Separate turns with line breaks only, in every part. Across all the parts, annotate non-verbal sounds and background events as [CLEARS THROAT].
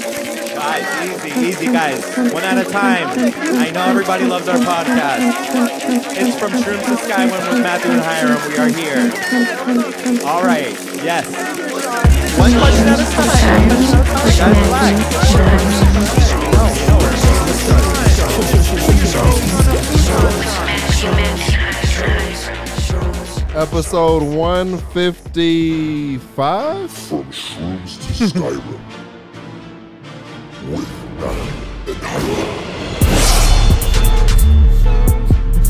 Guys, easy, easy, guys. One at a time. I know everybody loves our podcast. It's from Shrooms to Sky when with Matthew and Hiram. We are here. All right. Yes. One question at a time. Guys, relax.
Episode 155?
From Shrooms to Skyrim. With Nine and Hiram.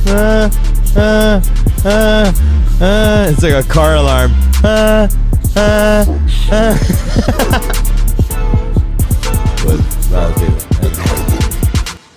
Uh, uh, uh, uh. It's like a car alarm. Uh, uh, uh. With Matthew.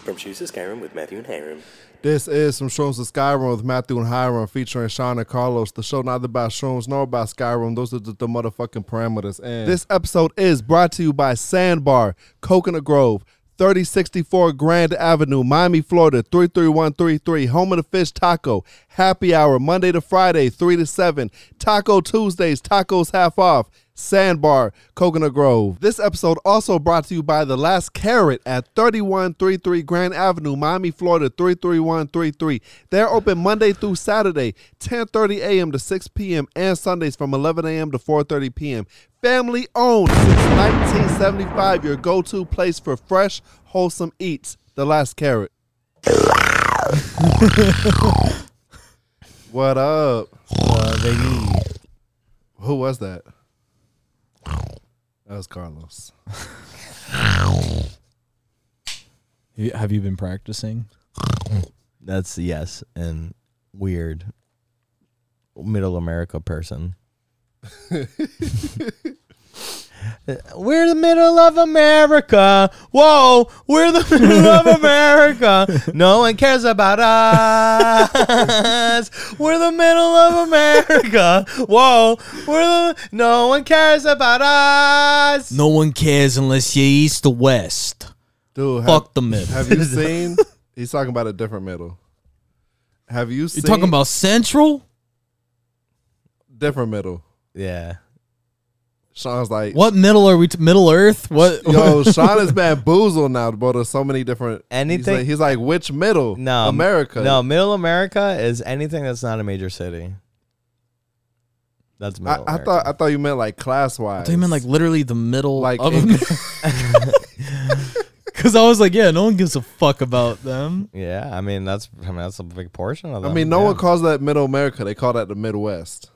From Shoes to Skyrim with Matthew and Hiram.
This is from Shrooms to Skyrim with Matthew and Hiram featuring Sean and Carlos. The show not about Shrooms nor about Skyrim. Those are the, the motherfucking parameters. And this episode is brought to you by Sandbar, Coconut Grove, 3064 Grand Avenue, Miami, Florida, 33133, home of the fish taco. Happy hour, Monday to Friday, 3 to 7. Taco Tuesdays, tacos half off. Sandbar, Coconut Grove. This episode also brought to you by The Last Carrot at 3133 Grand Avenue, Miami, Florida 33133. They're open Monday through Saturday, 10:30 a.m. to 6 p.m. and Sundays from 11 a.m. to 4:30 p.m. Family owned since 1975, your go-to place for fresh, wholesome eats. The Last Carrot. [LAUGHS] what up? Who was that? That was Carlos.
You- Have you been practicing?
That's yes, and weird middle America person. [LAUGHS] we're the middle of America. Whoa, we're the middle of America. No one cares about us. We're the middle of America. Whoa, we're the no one cares about us.
No one cares unless you east or west.
Dude, have-
Fuck the middle.
Have
[LAUGHS]
you seen? He's talking about a different middle. Have you
you
seen?
talking about central?
different middle.
Yeah.
Sean's like,
What middle are we? T- middle Earth? What?
Yo, Sean is bamboozled now, bro. There's so many different. He's
Anything-
like, he's like, which middle?
No.
America.
No, middle America is anything that's not a major city. That's
I,
middle.
I thought I thought you meant like class wise.
I thought you meant like literally the middle
Like,
of
it-
[LAUGHS]
[LAUGHS]
Because I was like, yeah, no one gives a fuck about them.
Yeah, I mean that's I mean that's a big portion of
I
them.
mean, no
yeah.
one calls that middle America. They call that the Midwest.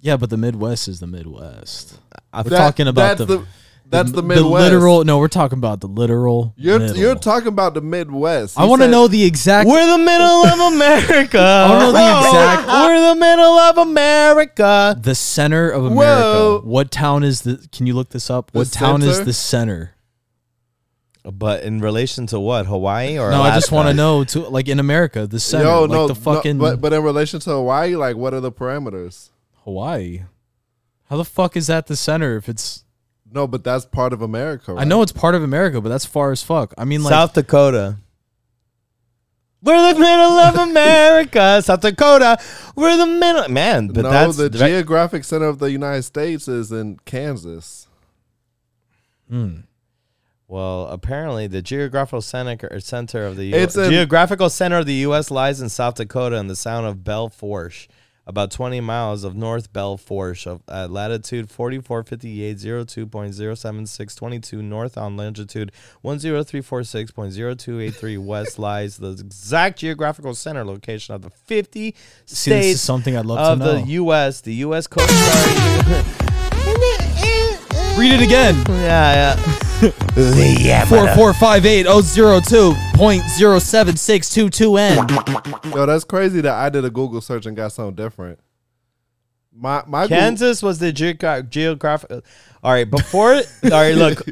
Yeah, but the Midwest is the Midwest.
I
We're
That-
talking about
that's
the,
that's the Midwest.
literal. No, we're talking about the literal.
You're
middle.
you're talking about the Midwest.
I
He
want to
said-
know the exact.
We're the middle
[LAUGHS]
of America.
don't know the
Whoa.
exact-
We're the middle of America.
the center of America.
Whoa.
What town is the? Can you look this up?
The
what town is
center?
the center?
But in relation to what? Hawaii or
No, I just
Alaska?
want to know to like in America the center,
Yo,
like
no,
the
no,
fucking
but but in relation to Hawaii, like, what are the parameters?
Hawaii. How the fuck is that the center if it's?
No, but that's part of America. Right?
I know it's part of America, but that's far as fuck. I mean, like
South Dakota. We're the middle
[LAUGHS]
of America, South Dakota. We're the middle. Man, but
no,
that's
the
that-
geographic center of the United States is in Kansas.
Well, apparently, the geographical center center of the U-
It's in-
geographical center of the U.S. lies in South Dakota in the sound of Belforche, about 20 miles of North Belforche, of at latitude 445802.07622 north on longitude 10346.0283 west lies the exact geographical center location of the
See,
50
this is
states
something I'd love to
of
know.
the U.S. The U.S. Coast Guard.
read it again.
[LAUGHS] yeah, yeah.
Four four five eight oh zero two point zero seven six two two n.
Yo, that's crazy that I did a Google search and got something different. My my Goo-
Kansas was the geogra- geographic. All right, before. all right,
[LAUGHS]
look,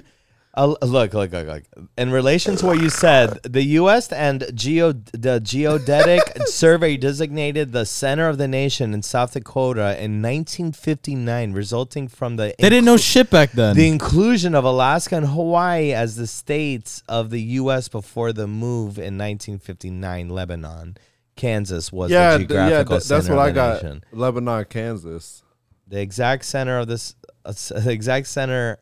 uh, look, look, look, look. In relation to what you said, the U.S. and geo the
[LAUGHS]
geodetic survey designated the center of the nation in South Dakota in 1959, resulting from the
They didn't know shit back then.
the inclusion of Alaska and Hawaii as the states of the U.S. before the move in 1959. Lebanon, Kansas was
yeah,
the
th- yeah,
geographical
th- that's
center
what I
of the
got.
nation
Lebanon, Kansas.
the exact center of this A s- [LAUGHS] The exact center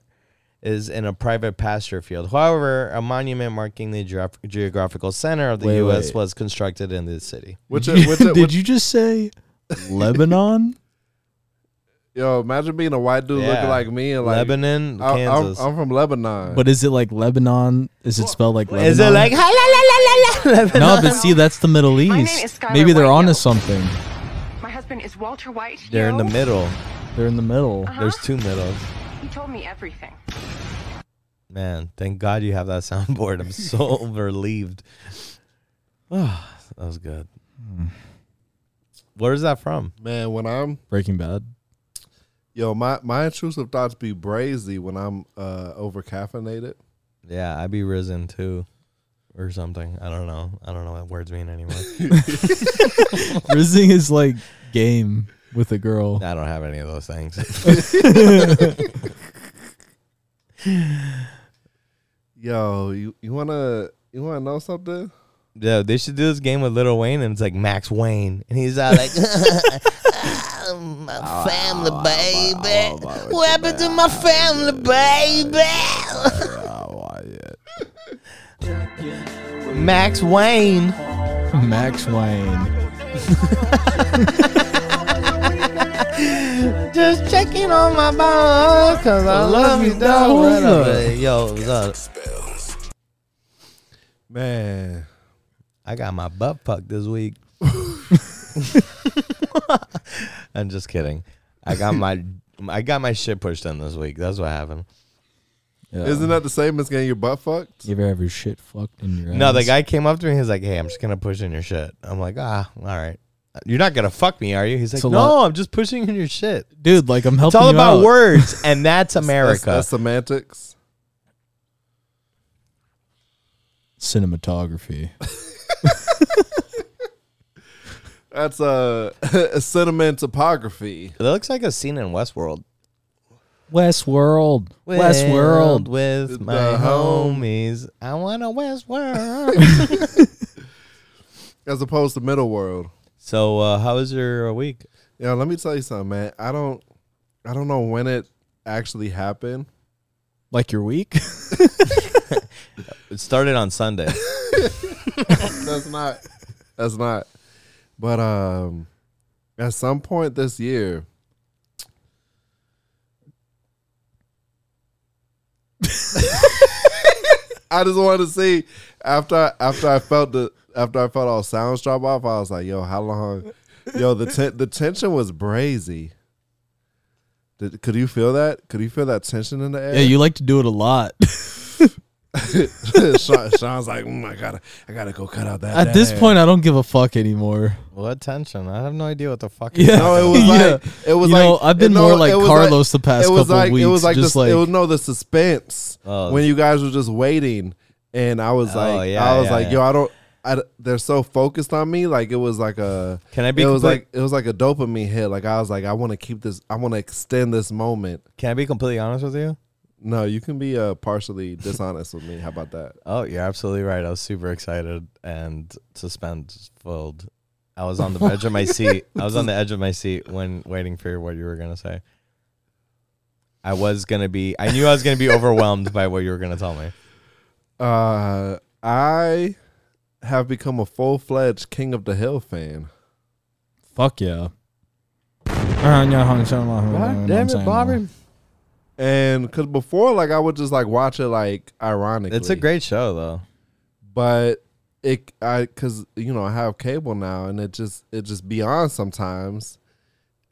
is in a private pasture field. However, a monument marking the geograph- geographical center of the
Wait,
U.S.
wait.
was constructed in this city. [LAUGHS]
Which, which, which,
[LAUGHS] Did you just say Lebanon?
yo, imagine being a white dude
Yeah.
looking like me and like
Lebanon,
I, am
Kansas.
from Lebanon.
But is it like Lebanon? Is it spelled like Lebanon?
is it like "Ha, la, la, la, la, la,
No,
[LAUGHS]
Lebanon"?
but see, that's the Middle
My name
East.
is Skylar
Maybe they're
Whitehill.
onto something.
My husband is Walter White.
They're in the
Yo.
middle.
They're in the middle.
Uh,
There's two middles.
He told me everything.
Man, thank God you have that soundboard. I'm so [LAUGHS] relieved. [SIGHS] that was good. Hmm. Where is that from?
man, when I'm
Breaking Bad.
yo, my my intrusive thoughts be brazy when I'm uh over caffeinated.
Yeah, I'd be risen too, or something. I don't know. I don't know what words mean [LAUGHS] anymore.
Rizzing is like game with a girl.
I don't have any of those things. [LAUGHS]
Yo, you you wanna you wanna know something?
Yeah, they should do this game with Little Wayne, and it's like Max Wayne, and he's out like, [LAUGHS] "Ah, my family, baby. What happened to my family, baby? [LAUGHS] Max Wayne.
[LAUGHS] Max Wayne.
Just checking on my bones because I love you, dog. Right up there. Yo, what's up?
Man,
I got my butt fucked this week. I'm just kidding. I got my I got my shit pushed in this week. That's what happened.
Yeah.
isn't that the same as getting your butt fucked?
You ever have your shit fucked in your
No, the
ass?
guy came up to me. He's like, "Hey, I'm just gonna push in your shit." I'm like, "Ah, all right. You're not gonna fuck me, are you?" He's like,
It's a
"No,
lot-
I'm just pushing in your shit.
Dude, like I'm helping
It's all
you
about
out.
words, and that's
That's,
America."
that's semantics.
Cinematography.
That's [LAUGHS] a, a cinnamon topography.
it looks like a scene in Westworld.
Westworld. Westworld.
Westworld with
The
my
home-
homies. I want a Westworld. [LAUGHS]
As opposed to middle world.
so, uh, how was your week?
Yo, let me tell you something, man. I don't I don't know when it actually happened.
Like your week?
It started on Sunday.
That's not that's not. But um at some point this year, [LAUGHS] I just wanted to see after after I felt the after I felt all sounds drop off, I was like, yo, how long? Yo, the ten, the tension was brazy. Did, could you feel that? Could you feel that tension in the
[LAUGHS]
air?
yeah, you like to do it a lot.
[LAUGHS] Sean, Sean's like, mm, I gotta, I gotta go cut out that.
At this
dad."
point, I don't give a fuck anymore.
what tension? I have no idea what the fuck.
Yeah.
No, it was
[LAUGHS] Yeah.
like it was
You
like
know, I've been
no,
more like
it was
Carlos the past
it was
couple
like, It was
weeks,
like
just
the, it
like-
was no the suspense
Oh.
when you guys were just waiting, and I was
Oh,
like,
yeah,
I was
yeah,
like,
yeah.
yo, I don't. I, d- they're so focused on me, like it was like a.
Can I be
It was
complete-
like it was like a dopamine hit. Like I was like, I want to keep this. I want to extend this moment.
Can I be completely honest with you?
No, you can be
[LAUGHS]
uh, partially dishonest with me. How about that?
Oh, you're absolutely right. I was super excited and suspenseful. I was [LAUGHS] on the edge of my seat. I was on the edge of my seat when waiting for what you were gonna say. I was gonna be. I knew I was gonna be overwhelmed by what you were gonna tell me.
Uh, I have become a full fledged King of the Hill fan.
Fuck yeah. God damn
And because before, like, I would just like watch it like ironically.
It's a great show, though.
but it I because you know I have cable now, and it just it just be on sometimes.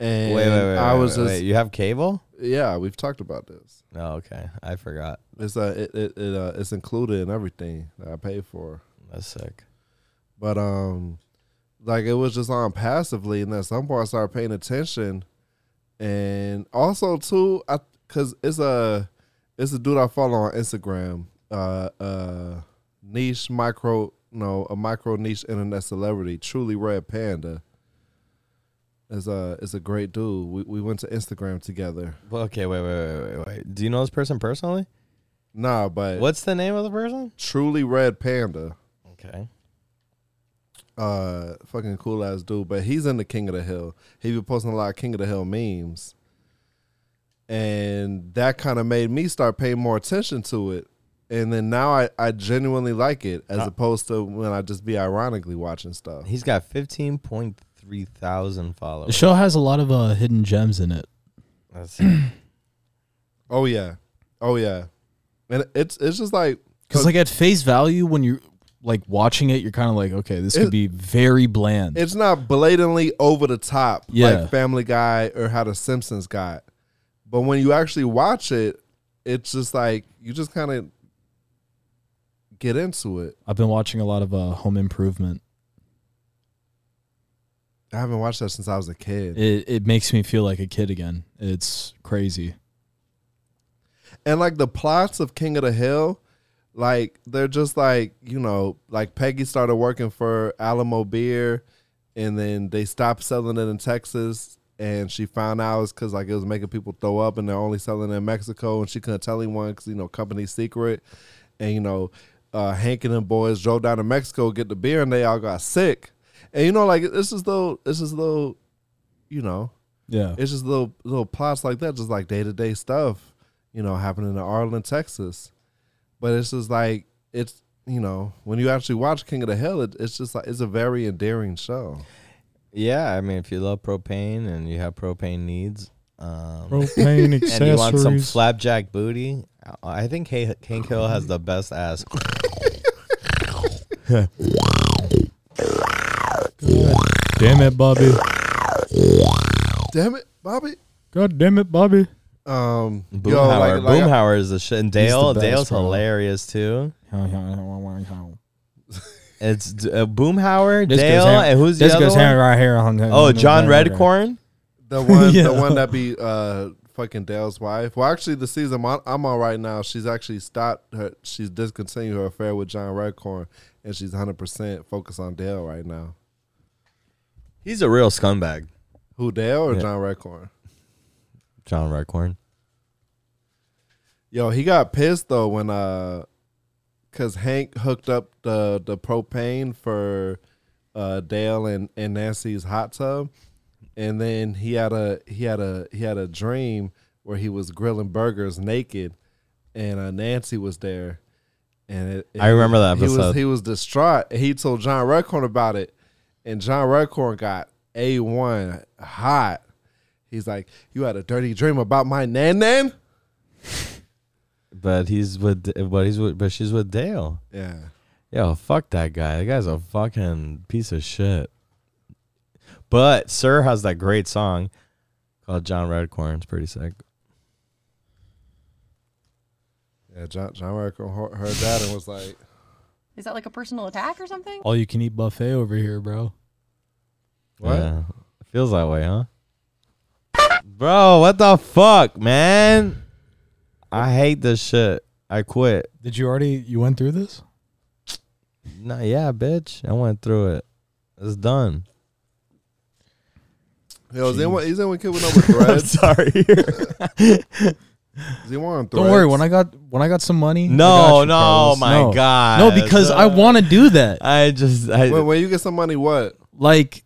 And
Wait, wait, wait.
I
wait,
was
wait,
just
wait. You have cable?
yeah, we've talked about this.
Oh, okay. I forgot.
It's uh, it it, it uh, it's included in everything that I pay for.
That's sick.
But um, like it was just on passively, and at some point I started paying attention, and also too, I because it's a it's a dude I follow on Instagram, uh, uh, niche micro, no, a micro niche internet celebrity, truly red panda. Is a is a great dude. We we went to Instagram together.
Well, okay. Wait, wait, wait, wait, wait. Do you know this person personally?
Nah, but
What's the name of the person?
truly red panda,
Okay.
uh, fucking cool ass dude. But he's in the King of the Hill. He be posting a lot of King of the Hill memes. and that kind of made me start paying more attention to it. And then now I, I genuinely like it as opposed to when I just be ironically watching stuff.
He's got fifteen point three thousand
The
followers.
show has a lot of uh, hidden gems in it.
That's-
Oh yeah, oh yeah, and it's it's just like
Because like at face value, when you're like watching it, you're kind of like, okay, this could
It-
be very bland.
it's not blatantly over the top
Yeah.
like Family Guy or how the Simpsons got. But when you actually watch it, it's just like you just kind of get into it.
I've been watching a lot of uh, Home Improvement.
I haven't watched that since I was a kid.
It it makes me feel like a kid again. It's crazy.
And like the plots of King of the Hill, like they're just like, you know, like Peggy started working for Alamo Beer and then they stopped selling it in Texas and she found out it's cuz like it was making people throw up and they're only selling it in Mexico and she couldn't tell anyone cuz you know, company secret and you know, uh Hank and them boys drove down to Mexico to get the beer and they all got sick. And you know like it's just little it's just little you know,
Yeah.
it's just little little plots like that, just like day to day stuff, you know, happening in Arlen, Texas. But it's just like it's you know when you actually watch King of the Hill, it, it's just like it's a very endearing show.
yeah, I mean, if you love propane and you have propane needs, um,
[LAUGHS] Propane
and you want some flapjack booty, I I think Hank Hank Hill has the best ass.
damn it, Bobby.
Damn it, Bobby.
God damn it, Bobby.
Um,
Boomhauer,
yo, like, like I-
Boomhauer is the shit. And Dale,
best,
Dale's
bro.
hilarious too.
This
It's D- uh, Boomhauer, Dale, and who's the
this
other
goes
one?
hand right here on
Oh, John Redcorn.
[LAUGHS]
[LAUGHS]
the one,
Yeah.
the one that be uh fucking Dale's wife. Well, actually, the season I'm on, I'm on right now, she's actually stopped her. She's discontinued her affair with John Redcorn, and she's 100 percent focused on Dale right now.
He's a real scumbag.
Who Dale or
Yeah.
John Redcorn?
John Redcorn.
Yo, he got pissed though when uh, cause Hank hooked up the the propane for uh Dale and and Nancy's hot tub, and then he had a he had a he had a dream where he was grilling burgers naked, and uh, Nancy was there, and it,
I remember that
he was
episode.
he was distraught. and He told John Redcorn about it, and John Redcorn got a one hot. He's like, "You had a dirty dream about my nan nan."
But he's with, but he's with, but she's with Dale.
Yeah.
Yo, fuck that guy. That guy's a fucking piece of shit. But Sir has that great song called John Redcorn. It's pretty sick.
Yeah, John John Rico heard heard that and was
[LAUGHS]
like,
Is that like a personal attack or something?
All you can eat buffet over here, bro.
What?
Yeah. It feels that way, huh? Bro, what the fuck, man? I hate this shit. I quit.
Did you already you went through this?
Nah, yeah, bitch. I went through it. It's done.
"Yo, is anyone is anyone kid
[LAUGHS]
with no with threads?
Sorry.
Is anyone on threads?
Don't worry. When I got when I got some money, I got
no,
you,
no,
Carlos.
my
No.
god.
No, because I want to do that.
[LAUGHS] I just I
when, when you get some money, what?
Like,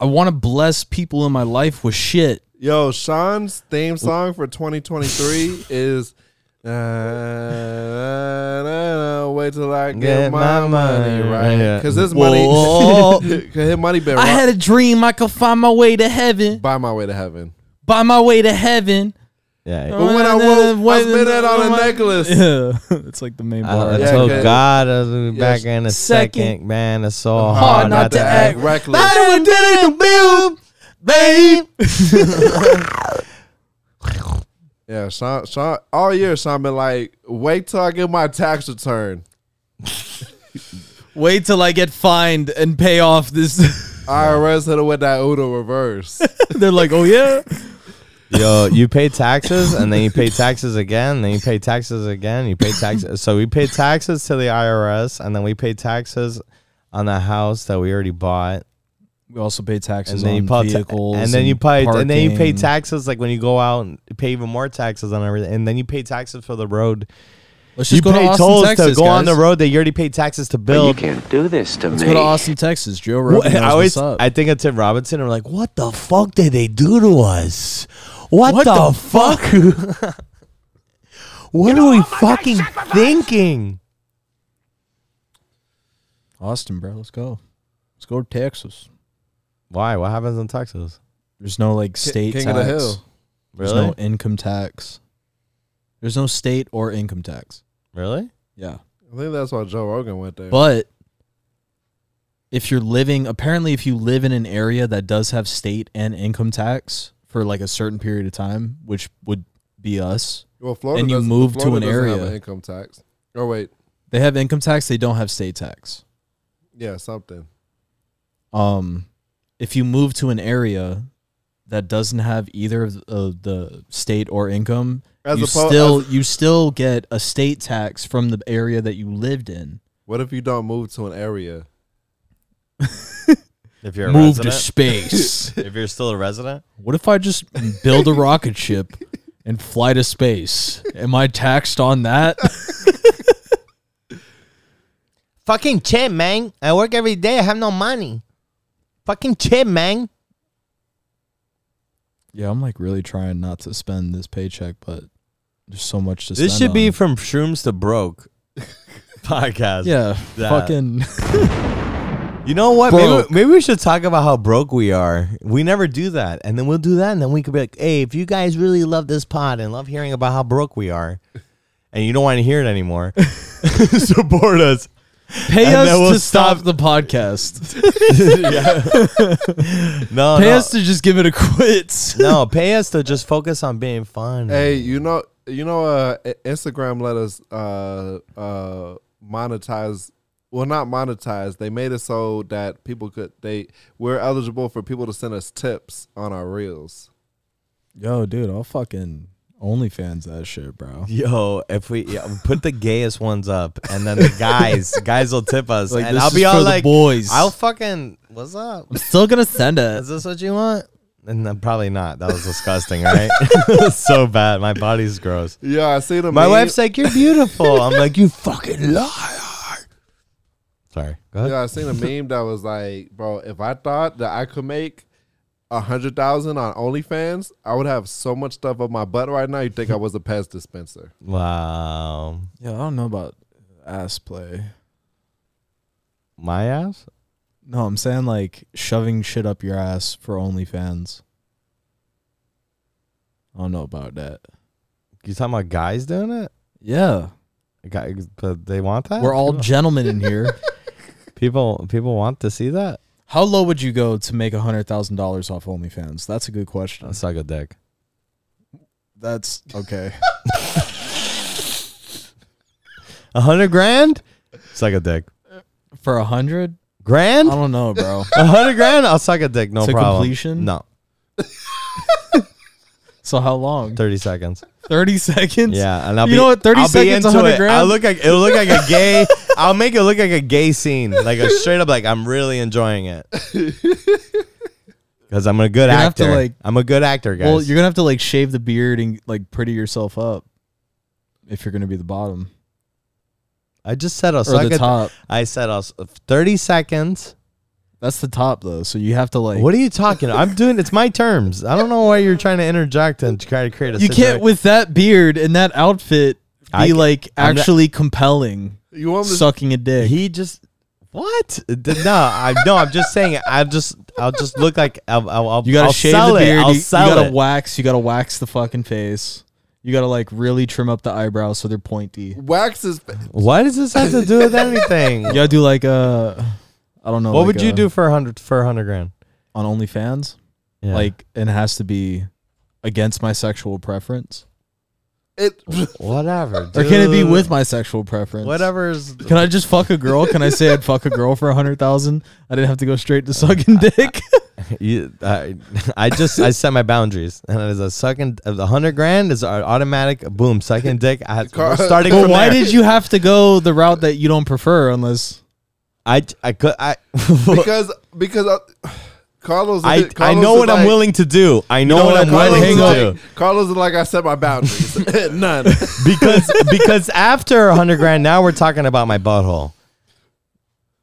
I want to bless people in my life with shit.
Yo, Sean's theme song for 2023 is. [LAUGHS] "Na, na, na, na, wait till I get,
Get
my,
my
money
money
right,
right."
because this
Whoa.
money, [LAUGHS] 'cause his money been
I had
rock,
a dream I could find my way to heaven.
buy my way to heaven.
[LAUGHS] By my way to heaven.
yeah.
But when I woke, I spent it on a necklace.
[LAUGHS] Yeah, it's like the main bar.
I, I
Yeah,
told
okay.
God I'll be
Yeah,
back
sh-
in a
Second.
second. man. It's so hard not, to act.
reckless.
babe.
Yeah, Sean, Sean, all year Sean been like, wait till I get my tax return.
Wait till I get fined and pay off this.
[LAUGHS]
IRS hit it with that Uno reverse.
They're like, oh yeah.
Yo, you pay taxes and then you pay taxes again, then you pay taxes again, you pay taxes. So we pay taxes to the IRS and then we pay taxes on the house that we already bought.
We also pay
And
taxes
then you
on
pay ta-
vehicles,
and then you pay and then you pay
parking.
taxes like when you go out and pay even more taxes on everything. And then you pay taxes for the road.
Let's
You
just go to
pay
Austin,
tolls
Texas,
to go on the
guys.
road that you already paid taxes to build.
can't do this to
Let's go to Austin, Texas. Joe
Well,
Rogan knows
I always
what's up.
I think of Tim Robinson. I'm like, what the fuck did they do to us? What, the, fuck? [LAUGHS] what are we fucking thinking?
Austin, bro, let's go. Let's go to Texas.
Why? What happens in Texas?
There's no like state
King
tax.
of the Hill.
There's no income tax. There's no state or income tax.
Really?
Yeah.
I think that's why Joe Rogan went there.
But if you're living, apparently, if you live in an area that does have state and income tax for like a certain period of time, which would be us,
well, Florida
and you
doesn't-
move to
Florida
an
doesn't have
area.
an income tax. Oh wait,
they have income tax, they don't have state tax.
yeah, something.
Um, if you move to an area that doesn't have either of the, of the state or income,
As
you
oppo-
still
as-
you still get a state tax from the area that you lived in.
What if you don't move to an area?
If you're a
Move to
resident, [LAUGHS]
space.
if you're still a resident,
What if I just build a rocket ship and fly to space? Am I taxed on
[LAUGHS]
that?
fucking chip, man. I work every day. I have no money. Fucking chip, man.
yeah, I'm like really trying not to spend this paycheck, but there's so much to
This
spend
should be
on.
from shrooms to broke [LAUGHS] podcast.
yeah,
that. [LAUGHS]
fucking
You know what?
Broke.
Maybe, maybe we should talk about how broke we are. We never do that. And then we'll do that. And then we could be like, hey, if you guys really love this pod and love hearing about how broke we are, and you don't want to hear it anymore, [LAUGHS] support us.
pay
And
us
then
to
we'll
stop,
stop- [LAUGHS]
the podcast.
No,
pay
no,
us to just give it a quits.
no, pay us to just focus on being fun.
Hey, you know, you know, uh, I- Instagram let us uh, uh, monetize. Well, not monetize. They made it so that people could they we're eligible for people to send us tips on our reels.
Yo, dude, I'll fucking OnlyFans that shit, bro.
Yo, if we yeah, put the gayest ones up, and then the guys, guys will tip us,
Like,
and
this
I'll be
is
all
for the
like,
boys.
I'll fucking, what's up?
I'm still gonna send it.
Is this what you want? And then probably not. That was disgusting, right? [LAUGHS] so bad. My body's gross.
Yeah, I see them.
My wife's like, "You're beautiful." I'm like, "You fucking liar." Sorry. Go ahead.
Yeah, I seen a meme that was like, bro, if I thought that I could make a hundred thousand on OnlyFans, I would have so much stuff up my butt right now. You think I was a Pez dispenser?
Wow.
Yeah, I don't know about ass play.
My ass.
No, I'm saying like shoving shit up your ass for OnlyFans. I don't know about that.
You talking about guys doing it?
Yeah.
Guys, but they want that.
We're all [LAUGHS] gentlemen in here.
people. People want to see that.
How low would you go to make $100,000 off OnlyFans? That's a good question.
Let's suck a dick.
That's okay.
A hundred grand. Suck a dick.
[LAUGHS] for a 100? I
Grand.
don't know, bro.
A hundred grand. I'll suck a dick. No
To
problem.
completion?
No.
[LAUGHS] So how long?
Thirty seconds.
30 seconds? [LAUGHS]
Yeah, and I'll
you
be,
know what? 30
I'll
seconds,
be into
100
it.
grand?
I'll look like it'll look like
[LAUGHS]
a gay. I'll make it look like a gay scene, like a straight up like I'm really enjoying
[LAUGHS]
it. Because I'm a good
gonna have to,
actor.
like-
I'm a good actor, guys.
well, you're going to have to like shave the beard and like pretty yourself up if you're going to be the bottom
I just said I'll
or
suck
the
a-
top.
I said I'll s- thirty seconds.
That's the top though. So you have to like
what are you talking? I'm doing. It's my terms. I don't know why you're trying to interject and try to create a.
you
situation.
can't with that beard and that outfit be
I ca-
like
I'm not-
actually compelling
You want me to
sucking a dick.
He just what? D- No, I no. I'm just saying. I just. I'll just look like. I'll. I'll, I'll
you gotta
I'll
shave
sell
the beard.
It.
You,
I'll
you
sell
gotta
it.
wax. You gotta wax the fucking face. You gotta like really trim up the eyebrows so they're pointy. You
wax his
Why does this have to do with [LAUGHS] anything? Oh
gotta do like uh, I don't know.
What
like
would you
a-
do for a hundred for a hundred grand?
on OnlyFans?
Yeah.
Like, and it has to be against my sexual preference,
[LAUGHS]
it.
whatever.
or can it be
dude.
with my sexual
[LAUGHS]
preference?
whatever's?
Can I just fuck a girl? Can I say I'd fuck a girl for a hundred thousand? I didn't have to go straight to [LAUGHS] sucking dick.
You, I, I just I set my boundaries, and it is a second. A hundred grand is our automatic. Boom, second
[LAUGHS]
dick. I had,
Car-
we're starting
But
from
why
there.
did you have to go the route that you don't prefer unless
I I could I. [LAUGHS]
because because I, Carlos.
I,
Carlos
I know
is
what I'm
like-
willing to do. I know,
you
what I'm
Carlos
willing
is
to
like, [LAUGHS]
do
Carlos is like I set my
[LAUGHS]
boundaries. [LAUGHS] None.
because because after a hundred grand, now we're talking about my butthole.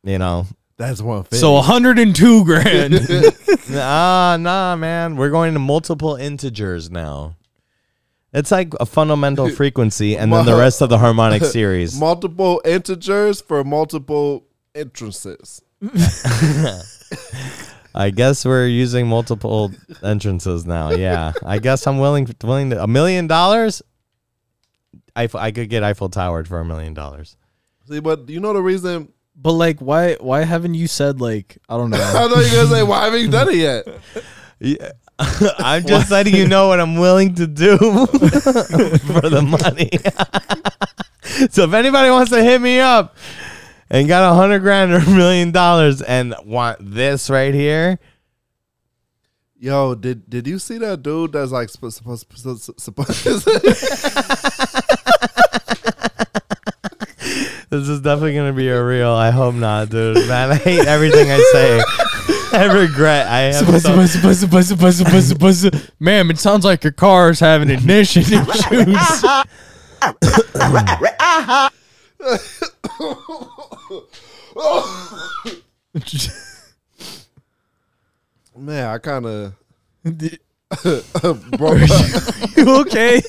You know,
That's one thing. [LAUGHS]
So [LAUGHS] 102 grand.
Nah, nah, man. We're going to multiple integers now. It's like a fundamental frequency and then the rest of the harmonic series.
multiple integers for multiple entrances.
I guess we're using multiple entrances now. Yeah. I guess I'm willing willing to a million dollars. I, I could get Eiffel Towered for a million dollars.
See, but you know the reason. [LAUGHS]
but like, why? Why haven't you said like I [LAUGHS] don't
I
know?
know you're gonna say, "Why haven't you done it yet?"
[LAUGHS] I'm just letting you know what I'm willing to do [LAUGHS] for the money. [LAUGHS] so if anybody wants to hit me up and got a hundred grand or a million dollars and want this right here,
Yo, did did you see that dude that's like supposed supposed supposed?
this is definitely gonna be a real. I hope not, dude. Man, I hate everything I say. [LAUGHS] I regret. I have so-
Ma'am, it sounds like your car's having ignition issues.
[LAUGHS]
[LAUGHS]
Man, I kind of [LAUGHS]
[LAUGHS] you okay?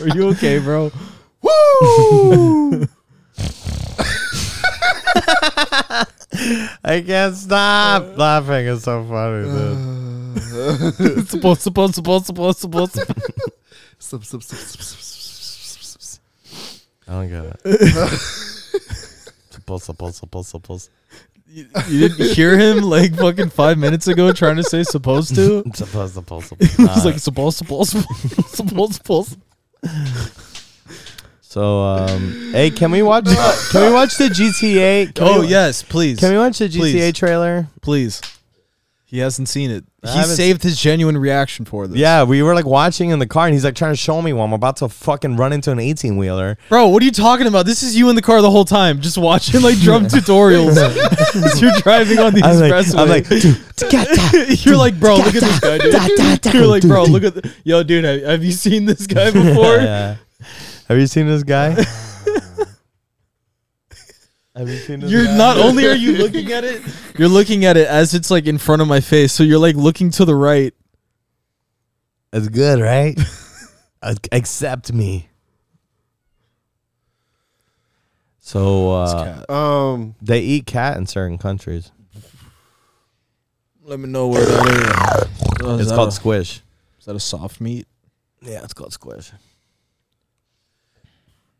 Are you okay, bro?
I can't stop laughing. It's so funny, dude.
Supposed, supposed, supposed, supposed, supposed.
sub, sub, sub, sub, sub, sub, sub, sub.
I don't
[LAUGHS]
get it. Pulse, pulse, pulse, pulse.
[LAUGHS] You didn't hear him like fucking five minutes ago trying to say supposed [LAUGHS] to.
Supposed to pulse.
It was like supposed, supposed, supposed, supposed, supposed.
So, um, hey, can we watch? Can we watch the GTA? Can
Oh
we,
yes, please.
Can we watch the GTA
Please.
trailer?
please. He hasn't seen it.
I
He
haven't
saved his genuine reaction for this.
Yeah, we were like watching in the car, and he's like trying to show me one. I'm about to fucking run into an 18 wheeler.
Bro, what are you talking about? This is you in the car the whole time, just watching like drum tutorials [LAUGHS] as you're driving on the
I'm like,
expressway.
I'm like, dude,
[LAUGHS] you're like, bro, look at this guy, dude. You're like, bro, look at, the- yo, dude, have, have you seen this guy before?
yeah. have you seen this [LAUGHS] guy? have you seen this?
You're not only are you looking at it, you're looking at it as it's like in front of my face. So you're like looking to the right.
It's good, right? Ac- Accept me. So uh,
Um,
they eat cat in certain countries.
Let me know where that is. Oh, is
It's
that
called
a-
squish.
is that a soft meat?
Yeah, it's called squish.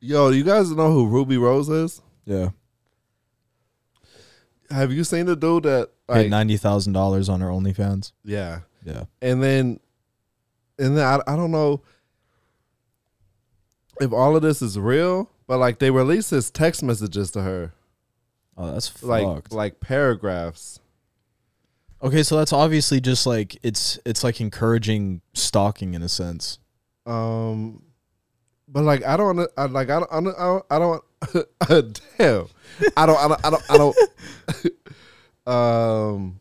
yo, you guys know who Ruby Rose is?
Yeah.
Have you seen the dude that
Paid
like?
ninety thousand dollars on her OnlyFans.
yeah,
Yeah.
and then, and then I I don't know if all of this is real, but like they released his text messages to her,
Oh, that's fucked.
like like paragraphs.
okay, so that's obviously just like it's it's like encouraging stalking in a sense.
Um, but like I don't, I, like I don't, I don't, I don't, [LAUGHS] uh, damn, I don't, I don't, I don't, I don't. [LAUGHS] um,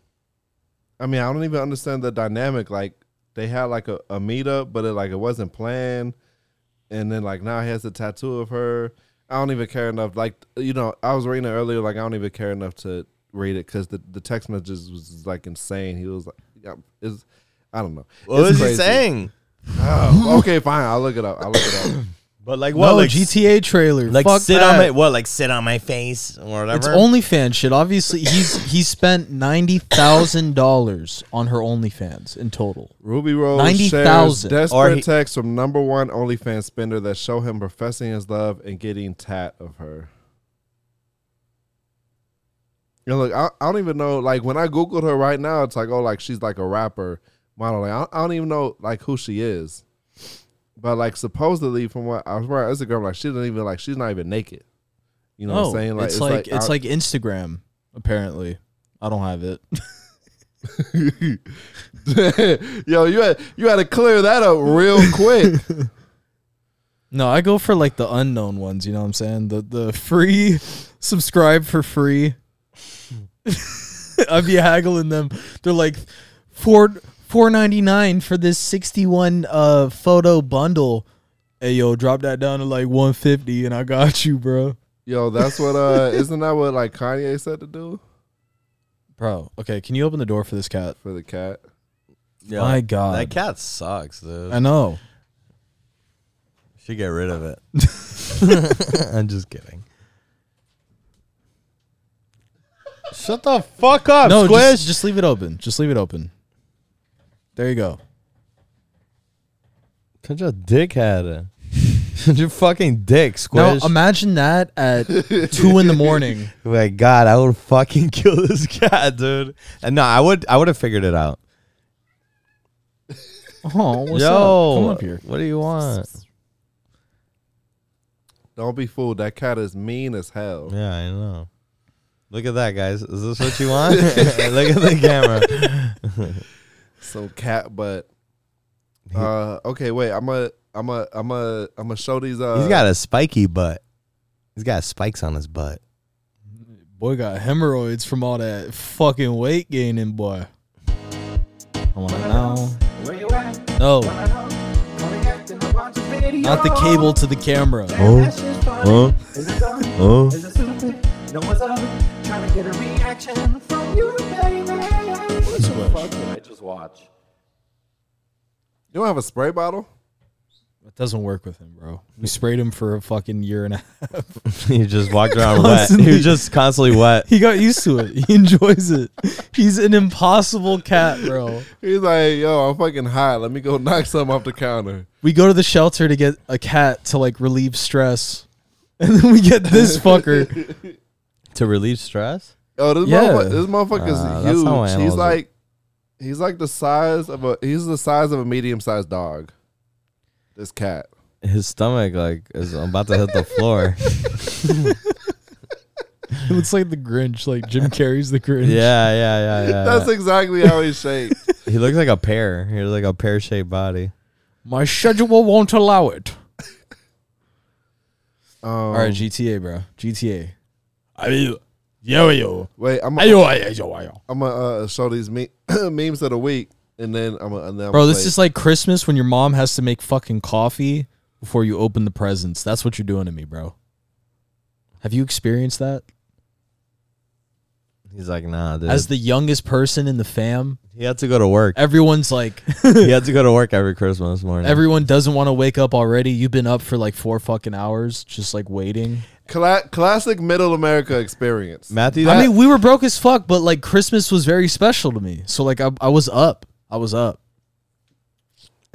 I mean, I don't even understand the dynamic. Like they had like a, a meetup, but it like it wasn't planned, and then like now he has a tattoo of her. I don't even care enough. Like you know, I was reading it earlier. Like I don't even care enough to read it because the the text messages was like insane. He was like, yeah, is. I don't know.
What
It's
was he
crazy.
saying?
Oh, okay, fine. I'll look it up. I'll look it
[CLEARS THROAT]
up.
But like
Well, no, GTA trailer.
like
Fuck
sit
that.
on my what like sit on my face or whatever.
It's OnlyFans shit. Obviously, he's he spent ninety thousand dollars on her OnlyFans in total.
Ruby Rose shares
90,000.
desperate
Or he-
texts from number one OnlyFans spender that show him professing his love and getting tat of her. You know, look, I, I don't even know. Like when I googled her right now, it's like, oh, like she's like a rapper model. Like, I, I don't even know like who she is. But like supposedly, from what I was on Instagram, like she doesn't even like she's not even naked. You know what
Oh,
I'm saying?
Oh, it's like, it's
I-
like Instagram. Apparently, I don't have it.
[LAUGHS] yo, you had you had to clear that up real
[LAUGHS]
quick.
No, I go for like the unknown ones. You know what I'm saying? The the free subscribe for free. [LAUGHS] I'd be haggling them. They're like four four ninety nine for this sixty one uh photo bundle. Hey yo, drop that down to like one fifty, and I got you, bro.
Yo, that's what uh isn't that what like Kanye said to do
Bro, okay, can you open the door for this cat?
for the cat?
Yeah.
My God.
That cat sucks, dude.
I know.
Should get rid of it.
[LAUGHS]
[LAUGHS] I'm just kidding. Shut the fuck up,
no,
Squish.
just, just leave it open. Just leave it open. There you go.
Such a dickhead. [LAUGHS] Such a fucking dick,
Now
Squish.
imagine that at two in the [LAUGHS] morning.
my God, I would fucking [LAUGHS] kill this cat, dude. And no, I would. I would have figured it out.
Oh, what's
Yo,
up? Come up here.
what do you
[LAUGHS]
want?
Don't be fooled. That cat is mean as hell.
Yeah, I know. Look at that, guys. Is this what you
[LAUGHS]
want? [LAUGHS] Look at the camera.
So cat butt. Uh, okay, wait. I'm a, I'm a, I'm a, I'm a show these. Uh,
He's got a spiky butt. He's got spikes on his butt.
Boy got hemorrhoids from all that fucking weight gaining, boy. I want to know. No. Not the cable to the camera.
Oh, oh, oh.
I just watch.
You don't have a spray bottle?
It doesn't work with him, bro. We sprayed him for a fucking year and a
[LAUGHS]
half. [LAUGHS]
He just walked around wet. He was just constantly wet.
He got used to it. He [LAUGHS] enjoys it. He's an impossible cat, bro.
He's like, yo, I'm fucking hot. Let me go [LAUGHS] knock something off the counter.
We go to the shelter to get a cat to like relieve stress. [LAUGHS] And then we get [LAUGHS] this fucker.
[LAUGHS] To relieve stress?
Yo, this,
Yeah.
motherfucker, this motherfucker's
Ah, that's how
huge.
animals
He's
are.
like, he's like the size of a, he's the size of a medium sized dog. This cat.
His stomach like is about to hit the [LAUGHS] floor.
It looks like the Grinch, like Jim Carrey's the Grinch.
yeah, yeah, yeah, yeah.
That's exactly how he's shaped.
he looks like a pear. He looks like a pear shaped body.
My schedule won't allow [LAUGHS] it.
Um,
All right, GTA, bro. GTA. I mean, yo, yo.
Wait, I'm
Ayo,
gonna
ayo, ayo, ayo.
I'm uh, show these me- [CLEARS THROAT] memes of the week, and then I'm gonna.
Bro, this is like Christmas when your mom has to make fucking coffee before you open the presents. That's what you're doing to me, bro. Have you experienced that?
He's like, nah, dude.
As the youngest person in the fam,
he had to go to work.
everyone's [LAUGHS] like,
he had to go to work every Christmas morning.
everyone doesn't want to wake up already. You've been up for like four fucking hours, just like waiting.
Cla- classic middle America experience.
Matthew,
I
that-
mean, we were broke as fuck, but like Christmas was very special to me. So like, I, I was up. I was up.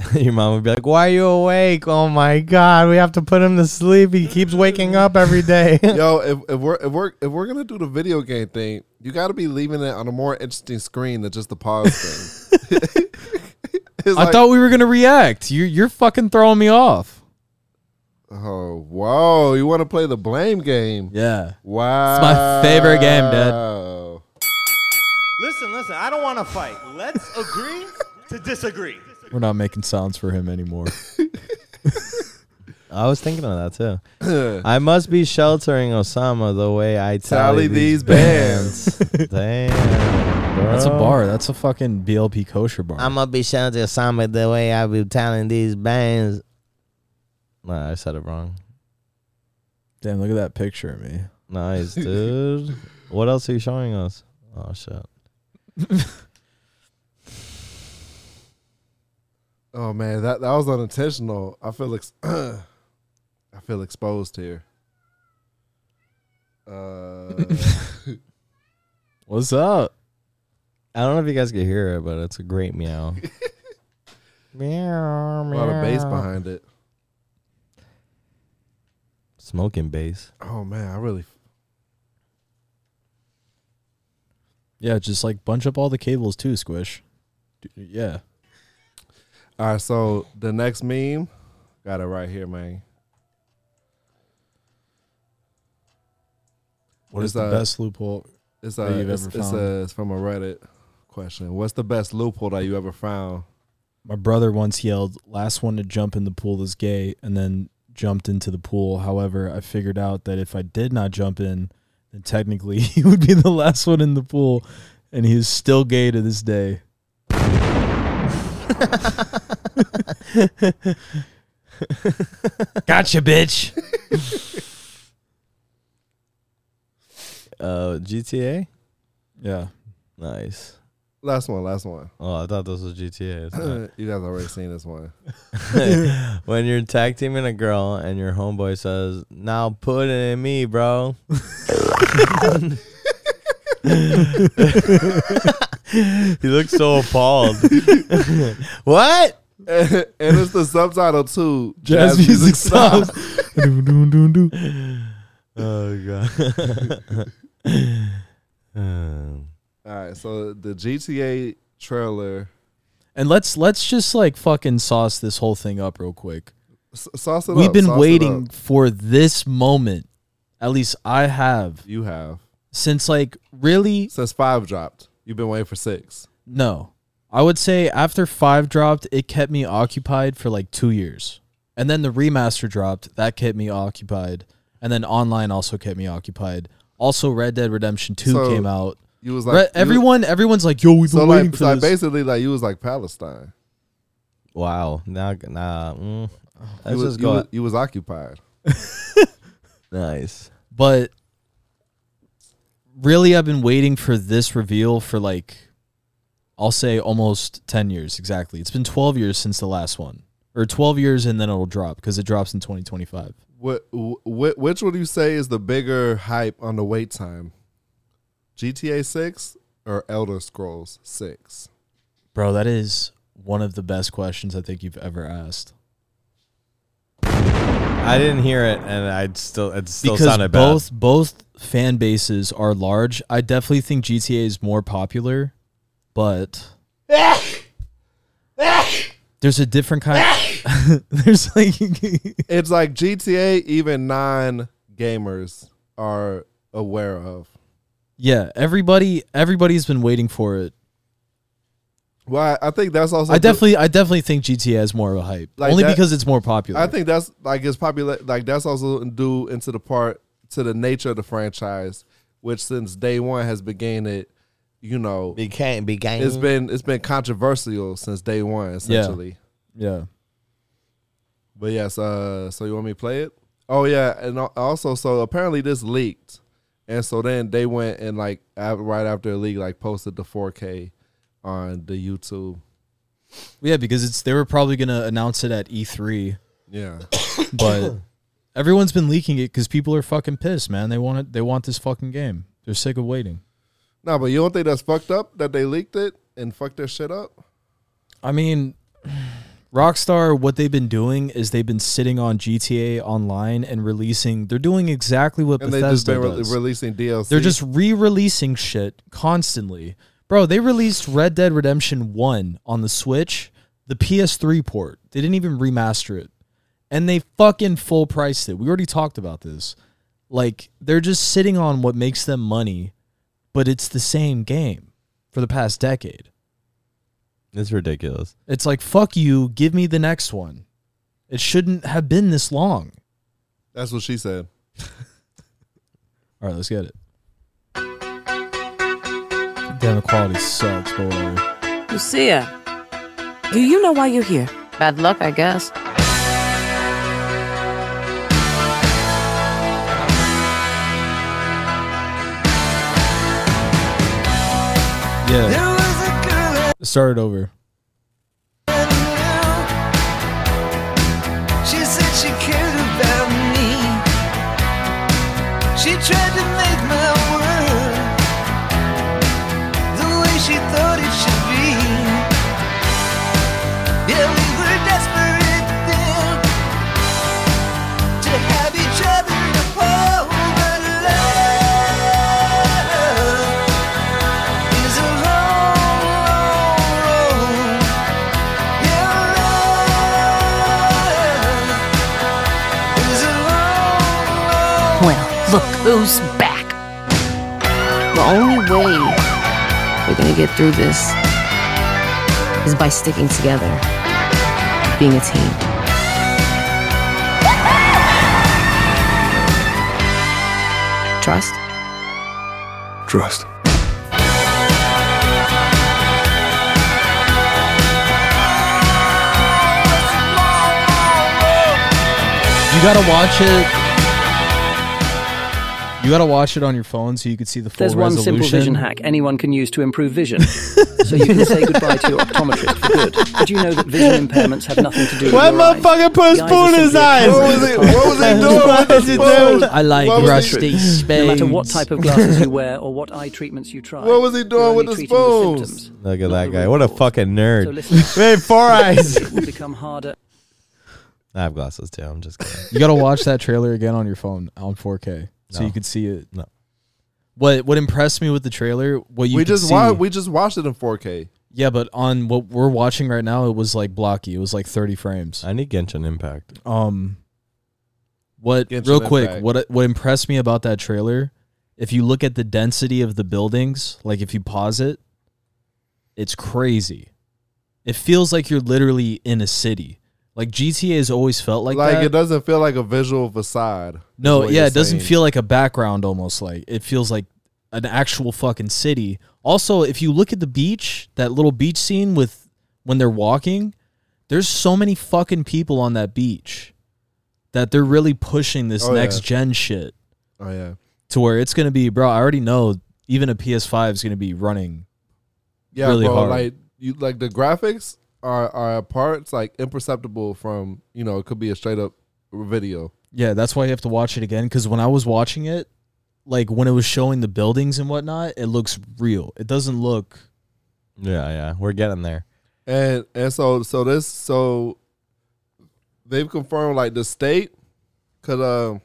[LAUGHS] your mom would be like, "Why are you awake? Oh my god, we have to put him to sleep. He keeps waking up every day." [LAUGHS]
Yo, if, if we're if we're if we're gonna do the video game thing, you got to be leaving it on a more interesting screen than just the pause thing.
[LAUGHS]
[LAUGHS] It's
I
like-
thought we were gonna react. You're you're fucking throwing me off.
Oh, whoa! You want to play the blame game?
Yeah.
Wow,
It's my favorite game, Dad.
Wow.
Listen, listen, I don't want to fight. Let's agree to disagree.
We're not making sounds for him anymore.
I was thinking of that
[LAUGHS]
too. I must be sheltering Osama the way I tally,
Tally these bands.
Damn. Bro.
[LAUGHS] That's a bar. That's a fucking BLP kosher bar.
I'm gonna be shouting to Osama the way I be telling these bands. Nah, I said it wrong.
Damn, look at that picture of me.
Nice,
[LAUGHS]
dude. what else are you showing us? Oh shit.
oh man, that that was unintentional. I feel ex- [CLEARS THROAT] I feel exposed here. Uh.
What's up?
I don't know if you guys can hear it, but it's a great
[LAUGHS]
meow. meow,
A lot of bass
meow.
behind it.
Smoking bass.
Oh man, I really.
Yeah, just like bunch up all the cables too, Squish. D- yeah.
All right, so the next meme, got it right here, man.
What
It's
is the
a-
best loophole?
It's
That
a,
you've
it's,
ever
it's,
found.
a, it's from a Reddit question. What's the best loophole that you ever found?
My brother once yelled, "Last one to jump in the pool is gay," and then jumped into the pool. However, I figured out that if I did not jump in, then technically [LAUGHS] he would be the last one in the pool, and he is still gay to this day. gotcha, bitch.
uh, GTA?
Yeah.
Nice.
Last one, last one.
Oh, I thought this was
[CLEARS THROAT]
GTA. It's not.
you guys already seen this one. [LAUGHS]
when you're tag teaming a girl and your homeboy says, "Now put it in me, bro." he looks so appalled. [LAUGHS] what?
and it's the subtitle too.
Jazz music subs.
[LAUGHS]
Doo, doo, doo, doo.
Oh god. [LAUGHS] Um,
All right, so the GTA trailer.
And let's let's just like fucking sauce this whole thing up real quick.
S- sauce it
We've
up,
been
sauce it
waiting
up.
for this moment. At least I have
You have
since like really
since five dropped. You've been waiting for six.
no. I would say after 5 dropped, it kept me occupied for like 2 years. And then the remaster dropped, that kept me occupied. And then online also kept me occupied. Also Red Dead Redemption 2
So,
came out.
You was
Re-
like you-
everyone everyone's like, "Yo, we've been
So
waiting
like,
for
so like
this."
basically like you was like Palestine.
wow. Now, nah. Mm,
You
let's
was,
just
you,
go.
was, you was occupied.
nice.
but really i've been waiting for this reveal for like i'll say almost 10 years exactly it's been 12 years since the last one or 12 years and then it'll drop because it drops in 2025
What, wh- which would you say is the bigger hype on the wait time? GTA Six or Elder Scrolls Six?
bro that is one of the best questions i think you've ever asked
I didn't hear it, and I still it still
because
sounded bad.
both both fan bases are large i definitely think gta is more popular
[LAUGHS]
but there's a different kind
[LAUGHS]
[LAUGHS] there's like [LAUGHS]
It's like GTA. Even non gamers are aware of.
Yeah, everybody everybody's been waiting for it.
Well, I I think that's also
I
the-
definitely I definitely think GTA has more of a hype.
Like
only
that-
because it's more popular.
I think that's like it's probably li- like that's also due into the part to the nature of the franchise, which since day one has began it. You know,
Be gang, be gang.
it's been it's been controversial since day one, essentially.
yeah.
But yes, uh, so you want me to play it? Oh yeah, and al- also so apparently this leaked, and so then they went and like af- right after the leak, like posted the 4K on the YouTube.
Yeah, because it's they were probably going to announce it at E3,
Yeah, [COUGHS]
but [COUGHS] everyone's been leaking it cuz people are fucking pissed, man. They want it they want this fucking game. They're sick of waiting.
no, but you don't think that's fucked up that they leaked it and fucked their shit up?
I mean, [SIGHS] Rockstar, what they've been doing is they've been sitting on GTA Online and releasing. They're doing exactly what
And they just
Bethesda
been re-
does.
releasing DLC.
They're just re-releasing shit constantly. Bro, they released Red Dead Redemption 1 on the Switch, the PS3 port. They didn't even remaster it. And they fucking full priced it. We already talked about this. Like they're just sitting on what makes them money, but it's the same game for the past decade.
it's ridiculous.
It's like fuck you, give me the next one. It shouldn't have been this long.
that's what she said.
All right, let's get it. Damn, the quality sucks, but whatever.
Lucia, do you know why you're here?
Bad luck, I guess.
Yeah. Start it over.
She said she cared about me. She tried to make my world the way she thought it should be. Yeah, we were desperate then to have each other to hold, but love is a long, long road.
Well, look who's back. The only way we're gonna get through this is by sticking together, being a team. Trust?
Trust.
You gotta watch it. You gotta watch it on your phone so you can see the full
There's one
resolution.
simple vision hack anyone can use to improve vision. so you can say goodbye to your optometrist for good. Did you know that vision impairments have nothing to do with
Why
your eyes?
motherfucker put a
The eyes
spoon
are
in his
simply a
eyes?
camera. What was he- what [LAUGHS] was he doing
What
with
was he doing?
I like
What was he-
rusty
No matter what
spades.
type of glasses you wear or what eye treatments you try.
What was he
you're
doing
only
with the
treating symptoms.
spoons?
Look at that guy. What a fucking
So
nerd.
listen.
Wait, four eyes.
It will become harder.
[LAUGHS] I have glasses too. I'm just kidding.
You gotta watch that trailer again on your phone on 4K so
No.
you can see it.
No.
What What impressed me with the trailer? What you
we
could
just
see,
wa- we just watched it in 4K.
yeah, but on what we're watching right now, it was like blocky. It was like 30 frames.
I need Genshin Impact.
Um, what
Genshin
real quick?
Impact.
What what impressed me about that trailer? If you look at the density of the buildings, like if you pause it, it's crazy. It feels like you're literally in a city. Like GTA has always felt like,
Like,
that.
it doesn't feel like a visual facade. is
No,
what
yeah,
you're
it doesn't
saying.
feel like a background almost like. It feels like an actual fucking city. Also, if you look at the beach, that little beach scene with when they're walking, there's so many fucking people on that beach that they're really pushing this
Oh, yeah.
next gen shit
Oh yeah.
to where it's going to be, bro, I already know even a PS5 is going to be running.
Yeah,
really
bro.
hard.
Like you, like the graphics are are parts like imperceptible from you know it could be a straight up video.
Yeah, that's why you have to watch it again cuz when I was watching it, like when it was showing the buildings and whatnot, it looks real. It doesn't look
Yeah, yeah. We're getting there.
And and so so this so they've confirmed like the state cause um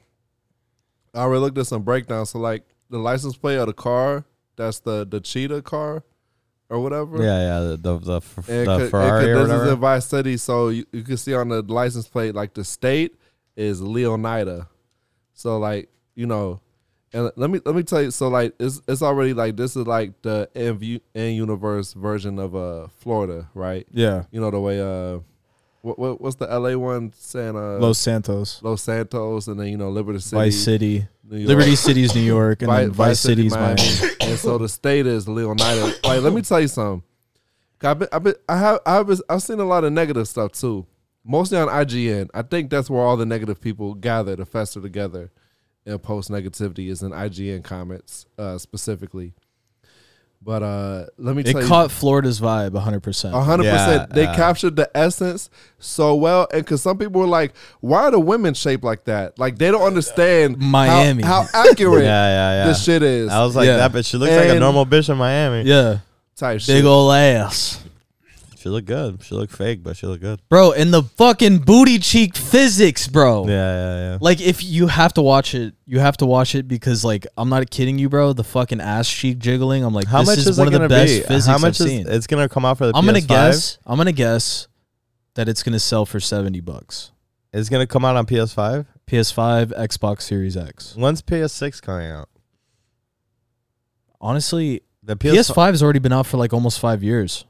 I already looked at some breakdowns. So like the license plate of the car, that's the the cheetah car or whatever.
Yeah, yeah. The the, the, f-
And
the
could- and
Ferrari
could-
or
this
whatever.
is in Vice City, so you, you can see on the license plate like the state is Leonida. So like you know, and let me let me tell you. So like it's it's already like this is like the in view in universe version of uh Florida, right?
Yeah.
You know the way uh, what, what what's the LA one saying uh
Los Santos.
Los Santos and then you know Liberty City,
Vice City.
New York.
Liberty City is New York, and
Vi-
then Vice, City
[LAUGHS]
is Miami.
and so the state is Leonida. Like, let me tell you something. 'Cause I've been, I've been, I have, I've, been, I've seen a lot of negative stuff too, mostly on IGN. I think that's where all the negative people gather to fester together and post negativity is in IGN comments uh, specifically. But uh, let me tell
It
you,
caught Florida's vibe 100%.
a hundred percent.
Yeah,
They
uh,
captured the essence so well, and because some people were like, "Why are the women shaped like that? Like they don't understand how-
Miami.
how,
[LAUGHS]
accurate
yeah, yeah, yeah.
this shit is."
I was like,
Yeah.
that bitch. She looks like a
And-
normal bitch in Miami.
Yeah.
type shit.
Big ol' ass.
She look good. She look fake, but she look good.
Bro, and the fucking booty cheek physics, bro.
Yeah, yeah, yeah.
Like, if you have to watch it, you have to watch it because, like, I'm not kidding you, bro. The fucking ass cheek jiggling. I'm like,
How
this
much
is,
is,
one
it
of the
gonna
best
be?
physics
How much
I've
is
seen.
it's gonna come out for the
I'm
PS5?
gonna guess. I'm gonna guess that it's gonna sell for 70 bucks.
It's gonna come out on PS5.
PS5, Xbox Series X.
When's PS6 coming out?
Honestly,
The
PS5 has already been out for like almost five years,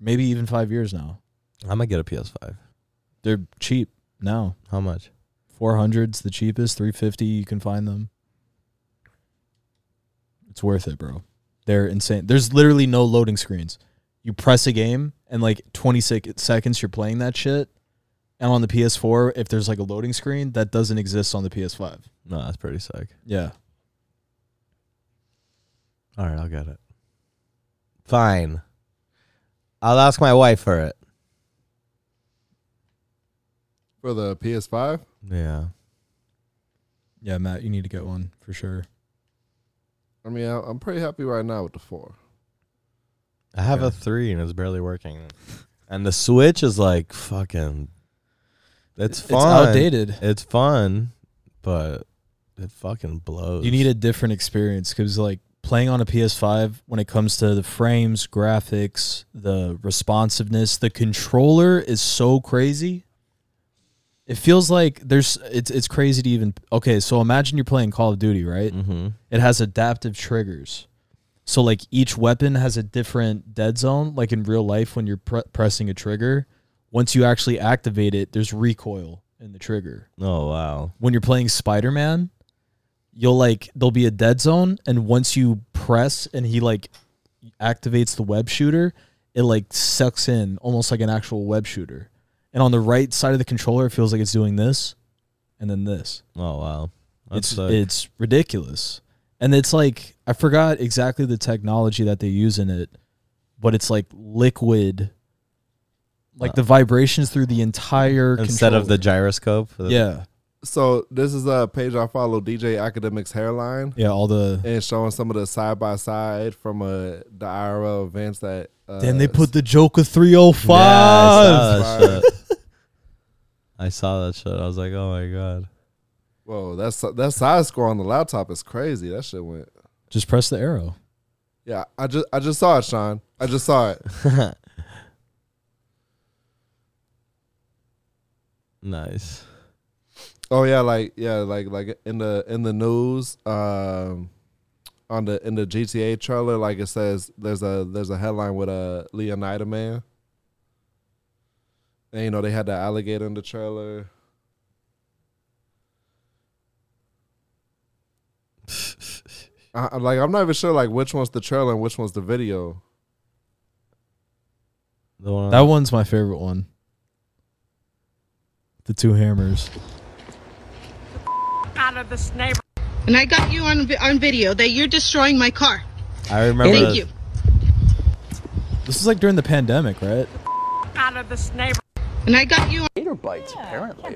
maybe even five years now.
I'm gonna get a PS5.
They're cheap now.
How much?
400's the cheapest 350 you can find them it's worth it bro they're insane there's literally no loading screens you press a game and like 20 sec- seconds you're playing that shit and on the ps4 if there's like a loading screen that doesn't exist on the ps5
No, that's pretty sick.
yeah
All right, I'll get it. Fine. I'll ask my wife for it.
For the PS5?
Yeah.
yeah matt you need to get one for sure
I mean, I- I'm pretty happy right now with the four.
I have a three and it's barely working. And the Switch is like fucking. It's
It's
fun.
outdated.
It's fun, but it fucking blows.
you need a different experience because like playing on a ps5 when it comes to the frames graphics the responsiveness the controller is so crazy it feels like there's it's it's crazy to even okay so imagine you're playing call of duty right
Mhm.
it has adaptive triggers so like each weapon has a different dead zone like in real life when you're pre- pressing a trigger once you actually activate it there's recoil in the trigger
Oh wow.
when you're playing Spider Man, you'll like there'll be a dead zone, and once you press and he like activates the web shooter, it like sucks in almost like an actual web shooter. And on the right side of the controller, it feels like it's doing this, and then this.
Oh wow. That's
it's
sick.
it's ridiculous. And it's like I forgot exactly the technology that they use in it, but it's like liquid like the vibrations through the entire
Uh. Instead of the
controller.
gyroscope.
Yeah.
So this is a page I follow, DJ Academics Hairline.
Yeah, all the-
and showing some of the side by side from uh, the IRL events that. Uh,
Then they put the Joker 305. uh,
Yeah, I saw that shit. I saw that shit. I was like, oh my god.
Whoa, that's that side scroll on the laptop is crazy. That shit went.
Just press the arrow.
Yeah, I just I just saw it, Sean. I just saw it.
Nice.
Oh yeah, like yeah, like like in the in the news, um, on the in the GTA trailer, like it says there's a there's a headline with a Leonida man, and you know they had the alligator in the trailer. I, I'm like I'm not even sure like which one's the trailer and which one's the video.
The one
That one's my favorite one. The two hammers.
out of this neighborhood. And I got you on vi- on video that you're destroying my car.
I remember.
Thank
that-
you.
This is like during the pandemic, right?
Out of this neighborhood. And I got you. On- bites apparently.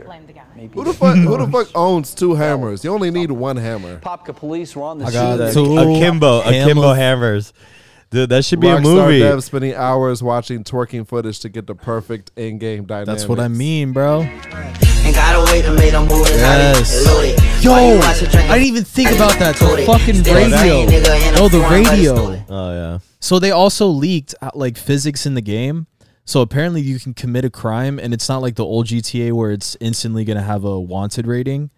Who the fuck [LAUGHS] who the fuck owns two hammers? You only need one hammer.
Popka police were on the
I got
scene.
it.
Two akimbo, akimbo hammers. Dude, that should be a
Rockstar
movie.
Dev spending hours watching twerking footage to get the perfect in-game dynamic.
That's what I mean, bro.
Ain't gotta wait to make them move
Yes. Yo, I didn't even think about that. The fucking radio. No, the radio.
Oh yeah.
So they also leaked uh, like physics in the game. So apparently you can commit a crime, and it's not like the old GTA where it's instantly gonna have a wanted rating.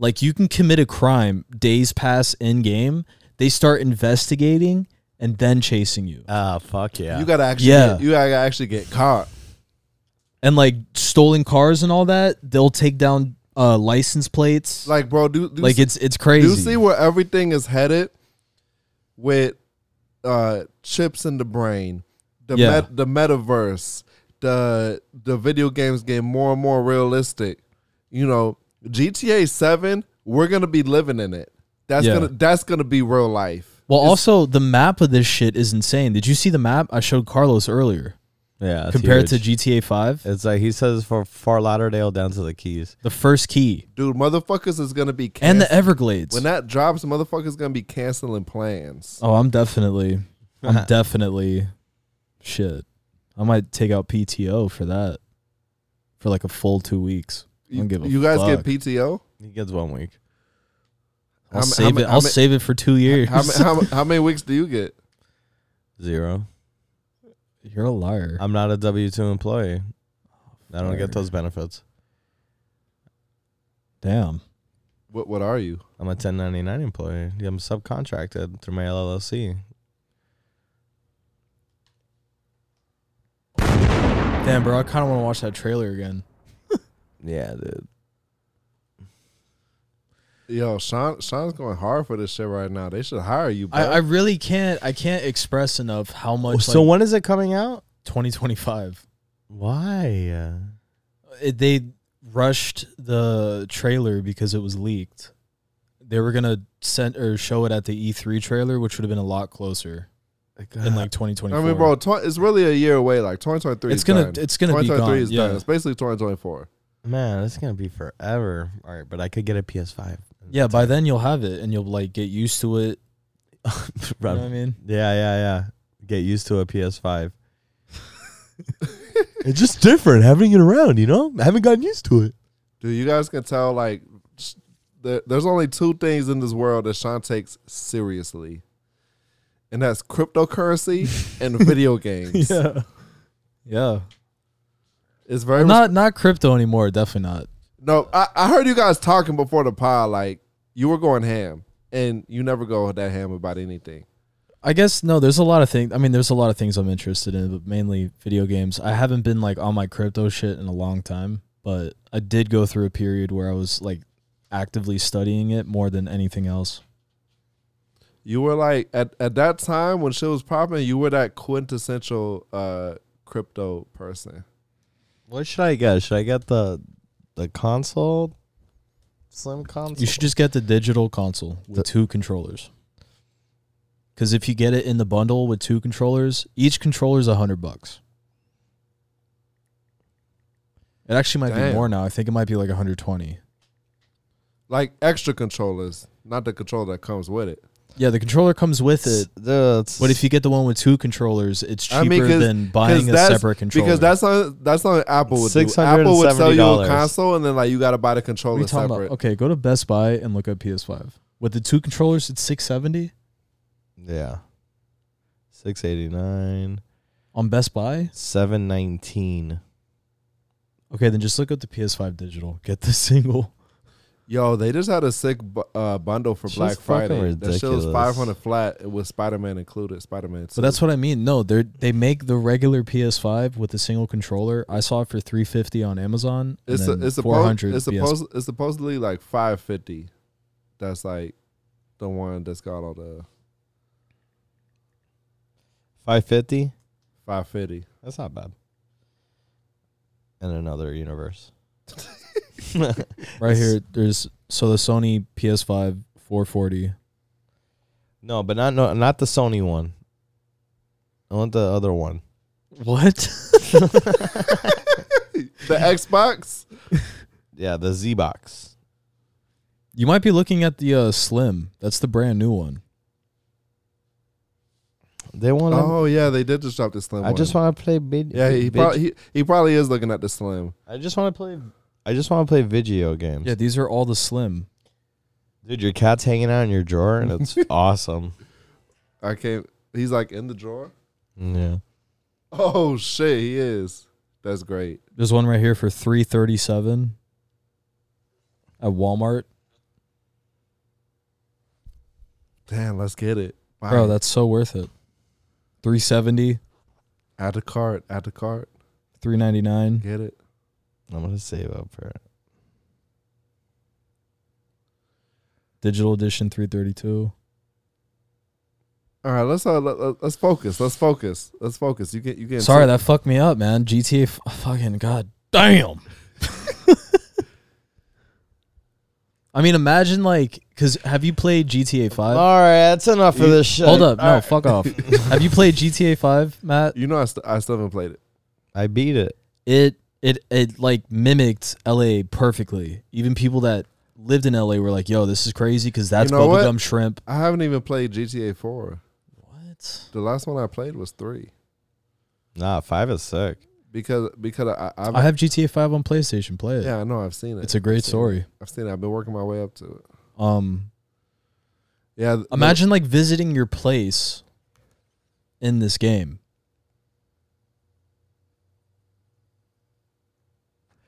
Like you can commit a crime, days pass in game, they start investigating and then chasing you.
Ah, fuck yeah.
You gotta actually
Yeah.
get, you gotta actually get caught.
and like stolen cars and all that, they'll take down uh license plates.
Like, bro, do, do
like
you
it's
see-
it's
Do
crazy.
you see where everything is headed with uh chips in the brain, the
Yeah.
met, the metaverse, the the video games getting more and more realistic. You know, GTA Seven, we're gonna be living in it. That's
Yeah.
gonna that's gonna be real life.
well, also the map of this shit is insane. Did you see the map I showed Carlos earlier?
Yeah. it's
compared
huge.
to GTA Five,
it's like he says for Far Lauderdale down to the Keys.
the first key.
Dude, motherfuckers is gonna be
And the
cancel-
Everglades.
When that drops, motherfuckers gonna be canceling plans.
Oh, I'm definitely,
[LAUGHS]
I'm definitely, shit. I might take out PTO for that, for like a full two weeks. I
You,
don't give a
you guys
fuck.
get PTO?
[LAUGHS]
He gets one week.
I'll
how ma-
save
how ma-
it.
how
I'll
ma-
save it for two years.
How, ma- how, ma- how many weeks do you get?
Zero.
[LAUGHS] You're a liar.
I'm not a W two employee. I don't
Liar.
get those benefits.
Damn.
What What are you?
I'm a 1099 employee. I'm subcontracted through my LLC.
Damn, bro. I kind of want to watch that trailer again.
Yeah, dude.
Yo, Sean Sean's going hard for this shit right now. They should hire you.
I,
Bro.
I really can't. I can't express enough how much.
so
like,
when is it coming out?
2025.
Why?
It, they rushed the trailer because it was leaked. They were gonna send or show it at the E3 trailer, which would have been a lot closer in like uh, 2024.
I mean, bro, tw- it's really a year away. Like 2023.
It's
is
gonna-
done.
it's gonna be
2023
gone,
is
yeah.
done. It's basically 2024.
Man, it's gonna be forever. All right, but I could get a PS [LAUGHS] Five.
yeah, by then you'll have it and you'll like get used to it. You know what I mean?
Yeah, yeah, yeah. Get used to a PS
[LAUGHS]
Five. it's just different having it around. You know, I haven't gotten used to it.
Dude, you guys can tell like sh- there, there's only two things in this world that Sean takes seriously, and that's cryptocurrency
[LAUGHS]
and video games.
Yeah. Yeah.
It's very
not not crypto anymore. Definitely not.
No, I, I heard you guys talking before the pod. Like you were going ham, and you never go that ham about anything.
I guess no. There's a lot of things. I mean, there's a lot of things I'm interested in, but mainly video games. I haven't been like on my crypto shit in a long time, but I did go through a period where I was like actively studying it more than anything else.
You were like at, at that time when shit was popping, you were that quintessential uh crypto person.
What should I get? Should I get the the console? Slim console.
You should just get the digital console with two controllers. Because if you get it in the bundle with two controllers, each controller is a hundred bucks. It actually might
Damn.
be more now. I think it might be like 120.
Like extra controllers, not the controller that comes with it.
Yeah, the controller comes with it. but if you get the one with two controllers, it's cheaper than buying a
that's-
separate controller.
Because that's not that's not Apple would do. Apple would sell you a
$670.
console and then like you gotta buy the
What are
controller
you talking
separate.
about? Okay, go to Best Buy and look up PS5. With the two controllers, it's 670
Yeah. 689
on Best Buy.
719.
Okay, then just look up the PS5 digital. Get the [LAUGHS] single.
Yo, they just had a sick bu- uh, bundle for
Shit's
Black
fucking
Friday. That shit was
ridiculous.
five hundred flat. It was Spider Man included. Spider Man.
But that's what I mean. No, they they make the regular PS5 with a single controller. I saw it for 350 on Amazon. and
it's a,
then
it's supposed
400
it's
PS5.
supposed it's supposedly like five fifty. That's like the one that's got all the
550?
five fifty.
That's not bad. In another universe.
right here there's so the Sony PS5 440.
No, but not no, not the Sony one. I want the other one.
What? [LAUGHS]
The Xbox.
Yeah, the Z box.
You might be looking at the uh, Slim. That's the brand new one.
They want
Oh yeah, they did just drop the slim.
I just
one.
want to play vid-
Yeah, he,
vid-
prob- he he probably is looking at the slim.
I just want to play I just want to play video games.
Yeah, these are all the Slim.
Dude, your cat's hanging out in your drawer and
[LAUGHS]
it's awesome.
I can't. He's like in the drawer.
Yeah.
Oh shit, he is. That's great.
There's one right here for 337 at Walmart.
Damn, let's get it, Buy
Bro,
it.
that's so worth it. 370,
add the cart. Add the cart.
399.
Get it.
I'm going to save up for it.
Digital edition 332.
All right, let's uh, let, let- let's focus. Let's focus. Let's focus. You get you get.
Sorry, that fucked me up, man. GTA f- oh, fucking god damn. [LAUGHS] I mean, imagine like, cause have you played GTA Five?
All right, that's enough of this shit.
Hold up, no,
All right.
fuck [LAUGHS] off. have you played GTA Five, Matt?
You know, I, st- I still haven't played it.
I beat it.
It it it like mimicked LA perfectly. Even people that lived in LA were like, "Yo, this is crazy," because that's
You know what?
bubblegum shrimp.
I haven't even played GTA Four.
What?
The last one I played was three
Nah, 5 is sick.
because because I I've,
I have GTA Five on PlayStation. Play it.
yeah I know I've seen it.
It's a great
I've seen
story.
it. I've seen it. I've been working my way up to it.
Um,
Yeah, th-
imagine like visiting your place in this game.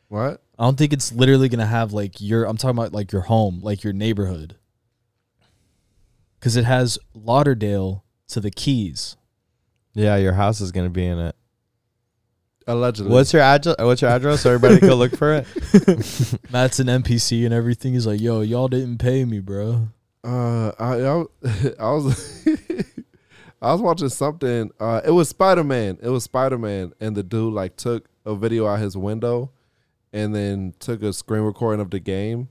what?
I don't think it's literally gonna have like your. I'm talking about like your home, like your neighborhood, because it has Lauderdale to the Keys.
Yeah, your house is going to be in it.
Allegedly,
What's your address? What's your address? Everybody go look for [LAUGHS] it.
Matt's an NPC and everything. He's like, "Yo, y'all didn't pay me, bro."
Uh, I I, [LAUGHS] w- I was [LAUGHS] I was watching something. Uh, it was Spider Man. It was Spider Man, and the dude like took a video out his window, and then took a screen recording of the game,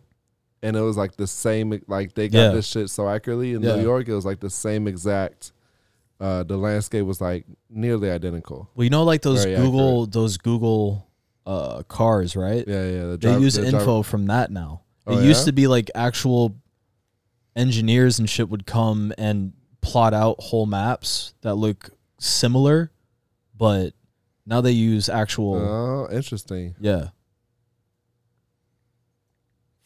and it was like the same. Like they got
Yeah.
this shit so accurately in
Yeah.
New York. It was like the same exact. Uh, the landscape was like nearly identical.
Well, you know, like those
Very
Google, those Google uh, cars, right?
Yeah, yeah. The
they
driver-
use
the driver-
info from that now.
Oh,
it used
yeah?
to be like actual engineers and shit would come and plot out whole maps that look similar, but now they use actual.
Oh, interesting.
Yeah.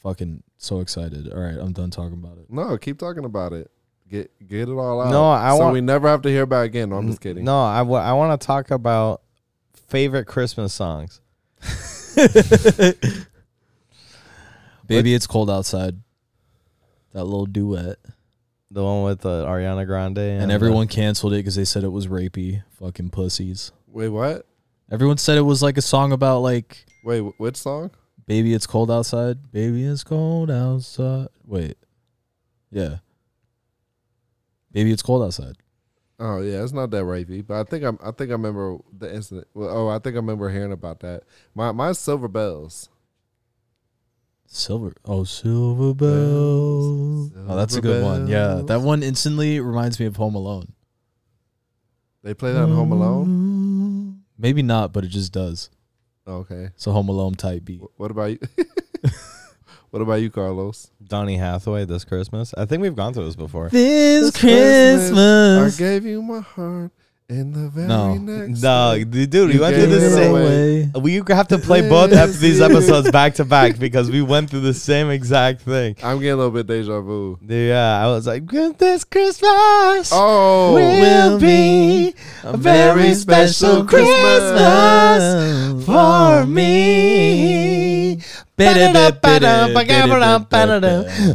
Fucking so excited. All right, I'm done talking about it.
No, keep talking about it. Get get it all out.
No, I
so
want-
we never have to hear about it again. No, I'm just kidding.
No, I want to talk about favorite Christmas songs.
Baby, it's cold outside. That little duet.
The one with uh, Ariana Grande and, uh,
and everyone canceled it because they said it was rapey. Fucking pussies.
Wait, what?
Everyone said it was like a song about like
Wait, wh- which song?
baby it's cold outside. Baby it's cold outside. Wait. Yeah. Baby it's cold outside.
Oh yeah, it's not that rapey, but I think I'm. I think I remember the incident. Well, oh, I think I remember hearing about that. My my silver bells.
Silver. Oh, Silver Bells. oh, that's a good one. Yeah, that one instantly reminds me of Home Alone.
They play that in Home Alone? Oh,
Maybe not, but it just does.
Okay.
It's a Home Alone type beat.
What about you? [LAUGHS] what about you, Carlos?
Donny Hathaway this Christmas. I think we've gone through this before.
This
I gave you my heart in the very
No,
next.
no, dude, you,
You
went through
gave
the
it
same. We
away.
have to play both ep-
[LAUGHS]
these episodes back to back because we went through the same exact thing.
I'm getting a little bit deja vu.
Yeah, I was like, "Good, this Christmas
Oh,
will be a very special Christmas for me.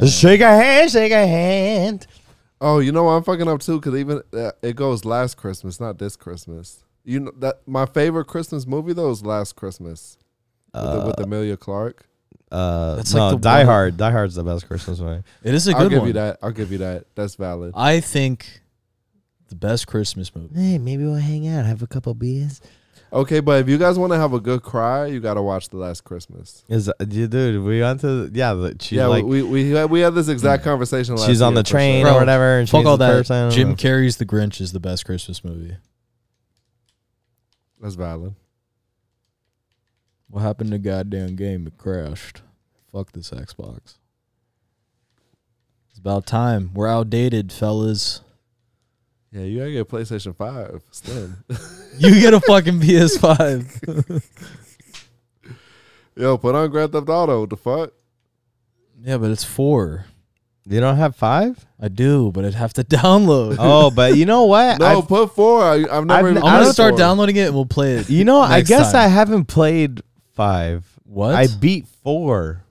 Shake a hand, shake a hand.
Oh, you know what? I'm fucking up too because even uh, it goes last Christmas, not this Christmas. You know that my favorite Christmas movie though is Last Christmas with, the, with Amelia Clark.
Uh,
That's
no,
like the
Die
one-
Hard. Die Hard's the best Christmas movie.
It is a
I'll
good
give
one.
you that. I'll give you that. That's valid.
I think the best Christmas movie.
Hey, maybe we'll hang out, have a couple beers.
Okay, but if you guys want to have a good cry, you got to watch The Last Christmas.
Is you, dude? We went to yeah. the- She's
yeah,
like
we, we had- we had this exact conversation. last
She's on
year,
the
for
train
sure.
or whatever. And
Fuck
she's
all
the
that.
person, I don't
Jim
know.
Carrey's The Grinch is the best Christmas movie.
That's valid.
What happened to goddamn game? It crashed. Fuck this Xbox. It's about time. We're outdated, fellas.
Yeah, you gotta get a PlayStation Five. Slim. [LAUGHS]
You get a fucking [LAUGHS] PS5.
Yo, put on Grand Theft Auto. What the fuck?
yeah, but it's four.
You don't have five?
I do, but I'd have to [LAUGHS] download.
Oh, but you know what?
[LAUGHS] No,
I've-
put four. I, I've never.
I've-
even
I'm
I'm
played
gonna start
four.
downloading it and we'll play it.
You know, I
next
guess I
time.
haven't played five.
what?
I beat four,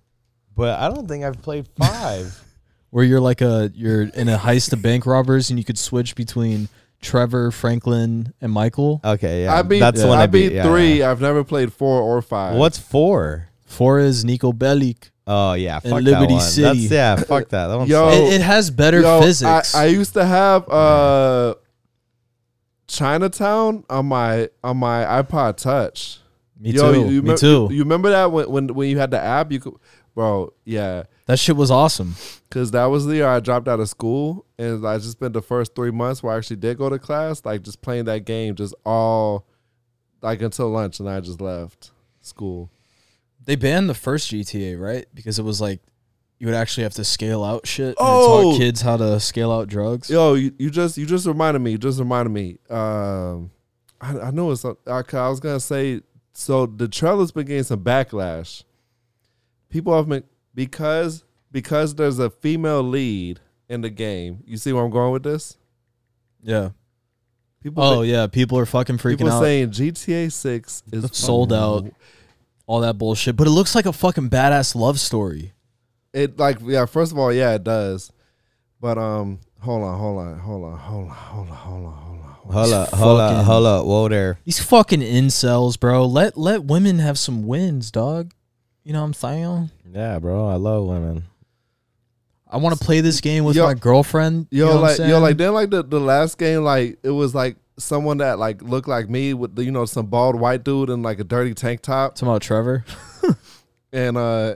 but I don't think I've [LAUGHS] played five.
Where you're like a you're in a heist of bank robbers and you could switch between Trevor, Franklin, and Michael.
okay, yeah,
I beat.
that's the one
I,
I
beat,
yeah,
three. uh,
yeah.
I've never played four or five.
What's four?
Four is Nico Bellic.
Oh yeah, fuck that
Liberty
one.
City.
That's, yeah, fuck that.
[LAUGHS]
That one's
Yo,
Yo,
It, it has better
Yo, I-
physics.
I, used to have uh, Chinatown on my on my iPod Touch.
me
Yo,
too.
you- you
me
remem-
too.
You, you remember that when, when when you had the app? You could, bro. Yeah,
that shit was awesome.
because that was the year I dropped out of school, and I just spent the first three months where I actually did go to class, like just playing that game, just all like until lunch, and I just left school.
They banned the first GTA, right? Because it was like you would actually have to scale out shit. and
Oh!
taught kids how to scale out drugs.
Yo, you, you just you just reminded me. You just reminded me. Um, I, I know it's. uh, I, I was gonna say. So the trailer's been getting some backlash. People have been because because there's a female lead in the game. You see where I'm going with this?
Yeah.
People.
Oh
think-
yeah, people are fucking freaking
People
out.
saying GTA Six is
sold out, all that bullshit. But it looks like a fucking badass love story.
It like yeah. First of all, yeah, it does. But um, hold on, hold on, hold on, hold on, hold on, hold on, hold on. Hold on.
hold up, hold up,
fucking-
hold up. Whoa there.
These fucking incels, bro. Let let women have some wins, dog. You know what I'm saying?
Yeah, bro, I love women.
I want to play this game with
Yo-
my girlfriend.
Yo,
you know what I'm
like yo,
saying?
like then like the, the last game, like it was like someone that like looked like me with the, you know some bald white dude in like a dirty tank top
Talking about Trevor.
and uh,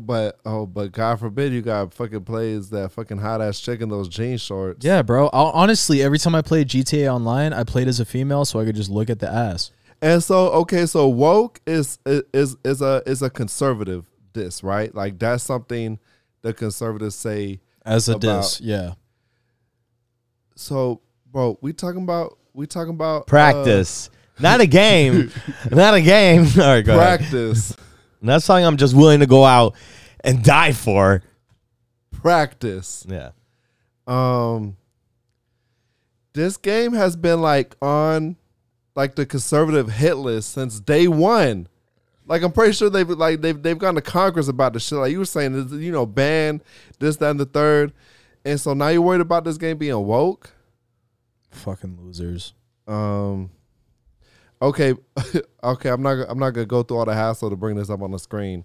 but oh, but God forbid you got fucking plays that fucking hot ass chick in those jean shorts.
Yeah, bro. I'll, honestly, every time I played GTA Online, I played as a female so I could just look at the ass.
And so okay, so woke is is is a is a conservative diss, right? Like that's something the conservatives say.
As a
About-
diss, yeah.
So, bro, we talking about we talking about uh,
Practice, not a
[LAUGHS]
game, not a game. [LAUGHS] All right, go ahead.
practice,
Not something I'm just willing to go out and die for.
practice.
Yeah.
um this game has been like on like the conservative hit list since day one. Like I'm pretty sure they've like they've they've gone to Congress about this shit. Like you were saying, this, you know, ban this, that, and the third. And so now you're worried about this game being woke.
Fucking [LAUGHS] losers.
Um Okay, [LAUGHS] okay, I'm not I'm not gonna go through all the hassle to bring this up on the screen.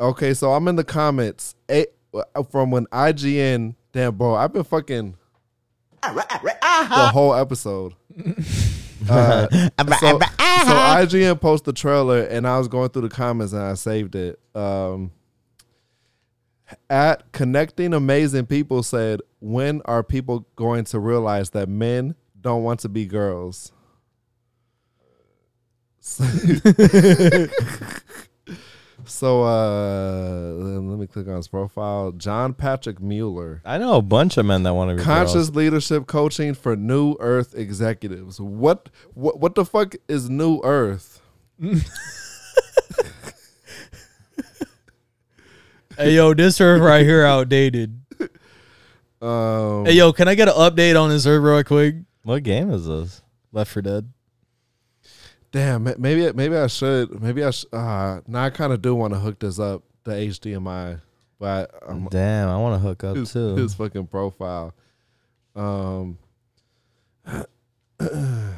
Okay, so I'm in the comments eh, from when IGN. Damn, bro, I've been fucking the whole episode. Uh, so, so IGN posted the trailer, and I was going through the comments, and I saved it. Um, At Connecting Amazing People said, When are people going to realize that men don't want to be girls? [LAUGHS] so uh let me click on his profile. John Patrick Mueller.
I know a bunch of men that want to be
Conscious
girls.
leadership coaching for New Earth executives. What what what the fuck is New Earth?
Hey yo, this herb right here outdated.
Um,
hey yo, can I get an update on this herb real quick?
What game is this?
Left for Dead.
Damn, ma- maybe maybe I should. Maybe I sh- uh now I kind of do want to hook this up the HDMI, but I'm,
Damn, I want to hook up
his,
too.
his fucking profile. Um
Well, I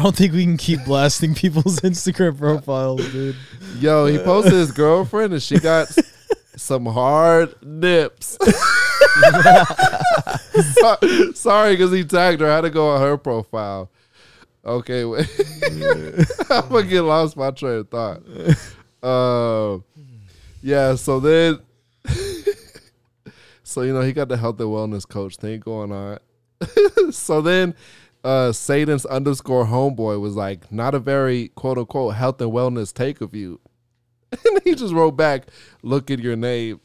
don't think we can keep blasting
[LAUGHS]
people's Instagram profiles, dude.
Yo, he posted his girlfriend and she got s- some hard nips. [LAUGHS] So- sorry, because he tagged her. I had to go on her profile. Okay, [LAUGHS] wait. I'm gonna get lost my train of thought. Uh, yeah, so then, [LAUGHS] so you know, he got the health and wellness coach thing going on. [LAUGHS] so then, uh, Satan's underscore homeboy was like, not a very quote unquote health and wellness take of you. [LAUGHS] And he just wrote back, look at your name.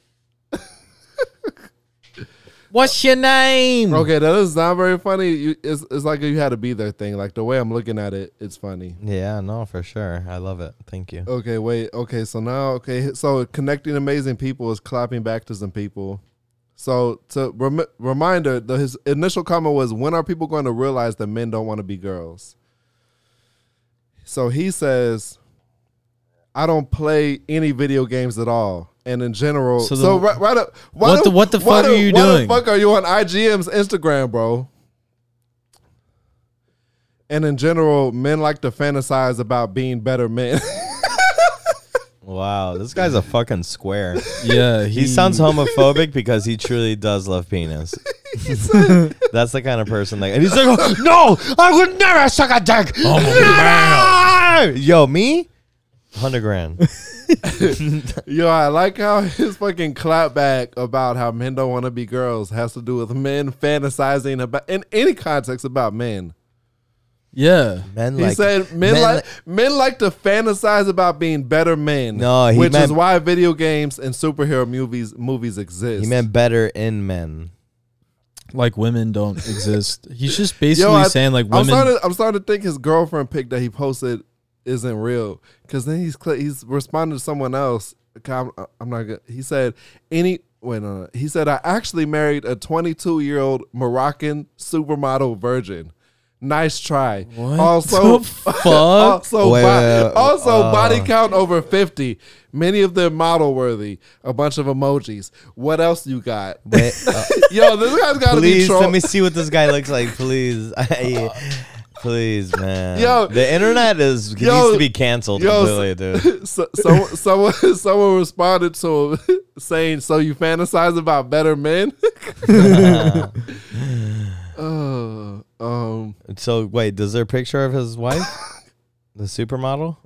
What's your name?
Okay, that is not very funny. You, it's, it's like you had to be there thing. Like the way I'm looking at it, it's funny.
Yeah, no, for sure. I love it.
[LAUGHS]
Thank you.
Okay, wait. Okay, so now, okay, so connecting amazing people is clapping back to some people. So to rem- reminder, the, his initial comment was, "When are people going to realize that men don't want to be girls?" So he says, "I don't play any video games at all." And in general, so,
So the-
right, right up, why
What the- what the
why
fuck are you
why
doing?
the fuck are you on IGM's Instagram, bro? And in general, men like to fantasize about being better men. [LAUGHS]
Wow, this guy's a fucking square.
Yeah,
he,
[LAUGHS]
[LAUGHS]
sounds homophobic because he truly does love penis. [LAUGHS] That's the kind of person that. And he's like, "Oh, no, I would never suck a dick.
Oh,
Never!" Yo, me, hundred grand.
Yo, I like how [LAUGHS] his fucking clapback about how men don't want to be girls has to do with men fantasizing about in any context about men.
Yeah.
Men
He
like
said men,
men
like men like to fantasize about being better men.
No, he
which
meant-
is why video games and superhero movies movies exist.
He meant better in men.
Like
[LAUGHS]
women don't exist. He's just basically
I-
saying like
I'm
women.
starting, to, I'm starting to think his girlfriend pic that he posted isn't real because then he's cl- he's responding to someone else. Okay, I'm, uh, I'm not good. He said any wait no, no. he said I actually married a 22 year old Moroccan supermodel virgin. Nice try.
[LAUGHS] What
[LAUGHS] also,
the fuck?
also,
Wait,
bo-
wait, wait.
also
Uh.
body count over 50. Many of them model worthy. A bunch of emojis. What else you got?
Wait, uh,
[LAUGHS] Yo, this guy's got to be
please
troll-
let me see what this guy looks like, please. [LAUGHS] I- please, man.
Yo.
the internet is needs
Yo.
to be canceled
Yo,
completely, dude.
so, so someone [LAUGHS] someone responded to him [LAUGHS] saying, "So you fantasize about
[LAUGHS]
better men?" [LAUGHS] Uh, um,
So wait, does there a picture of his wife, the supermodel?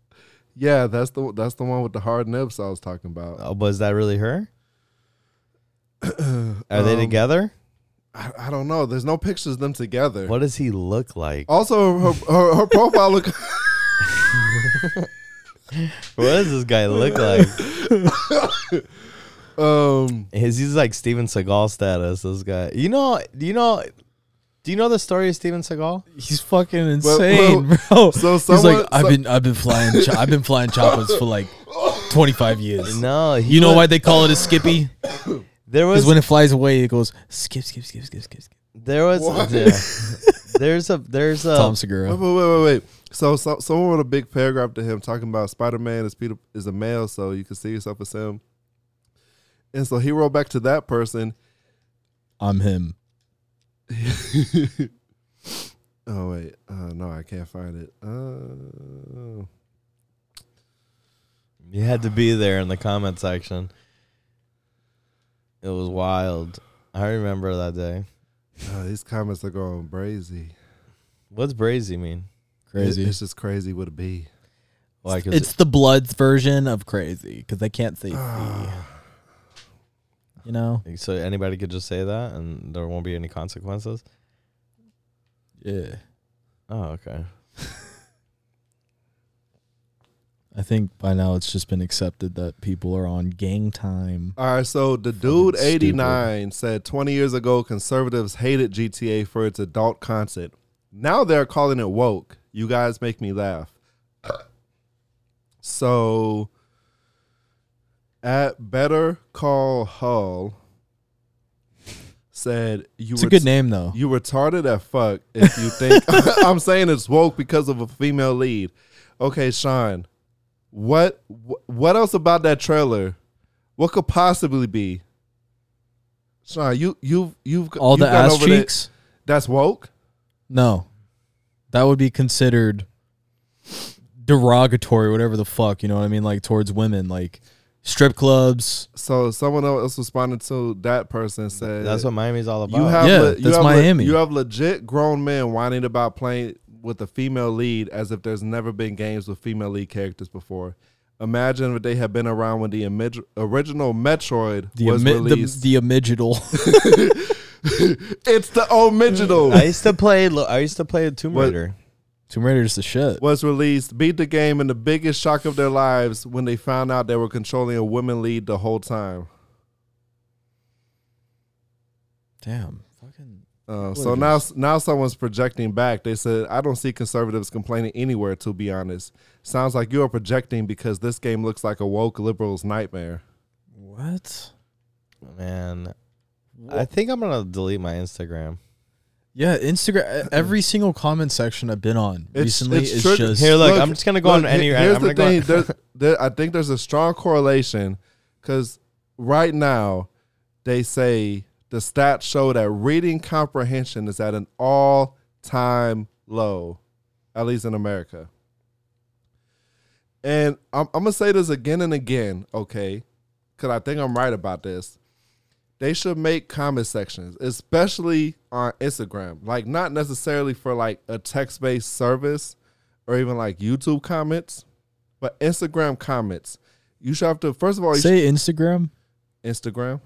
yeah, that's the that's the one with the hard nips I was talking about.
Oh, was that really her? Are they together?
I, I don't know. There's no pictures of them together.
What does he look like?
Also, her her, her profile look. [LAUGHS]
What does this guy look like?
Um,
His he's like Steven Seagal status. This guy, you know, do you know, do you know the story of Steven Seagal?
He's fucking
well,
insane, [LAUGHS] bro.
so
He's
someone-
like, I've
so-
been I've been flying cho- I've been flying choppers for like twenty five years.
No, he
You know
was-
why they call it a Skippy?
There was
Because when it flies away, it goes skip, skip, skip, skip, skip, skip.
there was yeah. there's a there's a
Tom Segura.
Wait, wait, wait, wait, wait. So, so someone wrote a big paragraph to him talking about Spider Man is Peter is a male, so you can see yourself as him. And so he wrote back to that person.
I'm him.
Oh wait, uh, no, I can't find it. Uh,
You had to be there in the comment section. It was wild. I remember that day.
uh, these comments are going brazy.
What's brazy mean?
Crazy.
It- it's just crazy with a B.
Why? Cause
Ah.
It's the Bloods version of crazy because they can't say. C.
You know?
So anybody could just say that and there won't be any consequences?
Yeah.
Oh, okay.
I think by now it's just been accepted that people are on gang time.
All right, so the dude eighty nine said twenty years ago conservatives hated GTA for its adult content. Now they're calling it woke. You guys make me laugh. So at Better Call Hull said you
It's a good name, though.
You retarded at fuck if you think [LAUGHS] I'm saying it's woke because of a female lead. Okay, Sean. What wh- what else about that trailer? What could possibly be? Sean, you you you've
All
you've
the
gone
ass
over that-
cheeks?
that's woke?
No. That would be considered derogatory, whatever the fuck, you know what I mean? Like towards women, like strip clubs.
So someone else responded to that person said,
That's what Miami's all about.
Uh, You have
Yeah,
le- you
that's
have le-
Miami.
you have legit grown men whining about playing with a female lead as if there's never been games with female lead characters before. Imagine if they had been around when the imid- original Metroid
The
was
omi- the-
released.
the omidgetal.
it's the omidgetal.
I used to play. lo- I used to play Tomb
What-
Raider.
[LAUGHS] Tomb Raider's the shit.
was released, beat the game in the biggest shock of their lives when they found out they were controlling a women lead the whole time.
Damn.
Uh, so now, now someone's projecting back. They said, "I don't see conservatives complaining anywhere." To be honest, sounds like you are projecting because this game looks like a woke liberal's nightmare.
What?
Man, I think I'm gonna delete my Instagram.
Yeah, Instagram. e, Every single comment section I've been on recently is
triggered-
just
look, he- Here's the thing: there's- there- I think there's a strong correlation because right now they say the stats show that reading comprehension is at an all-time low, at least in America. And I'm, I'm gonna say this again and again, okay? Because I think I'm right about this. They should make comment sections, especially on Instagram. Like not necessarily for like a text-based service or even like YouTube comments, but Instagram comments. You should have to first of all you
say Instagram.
should- Instagram.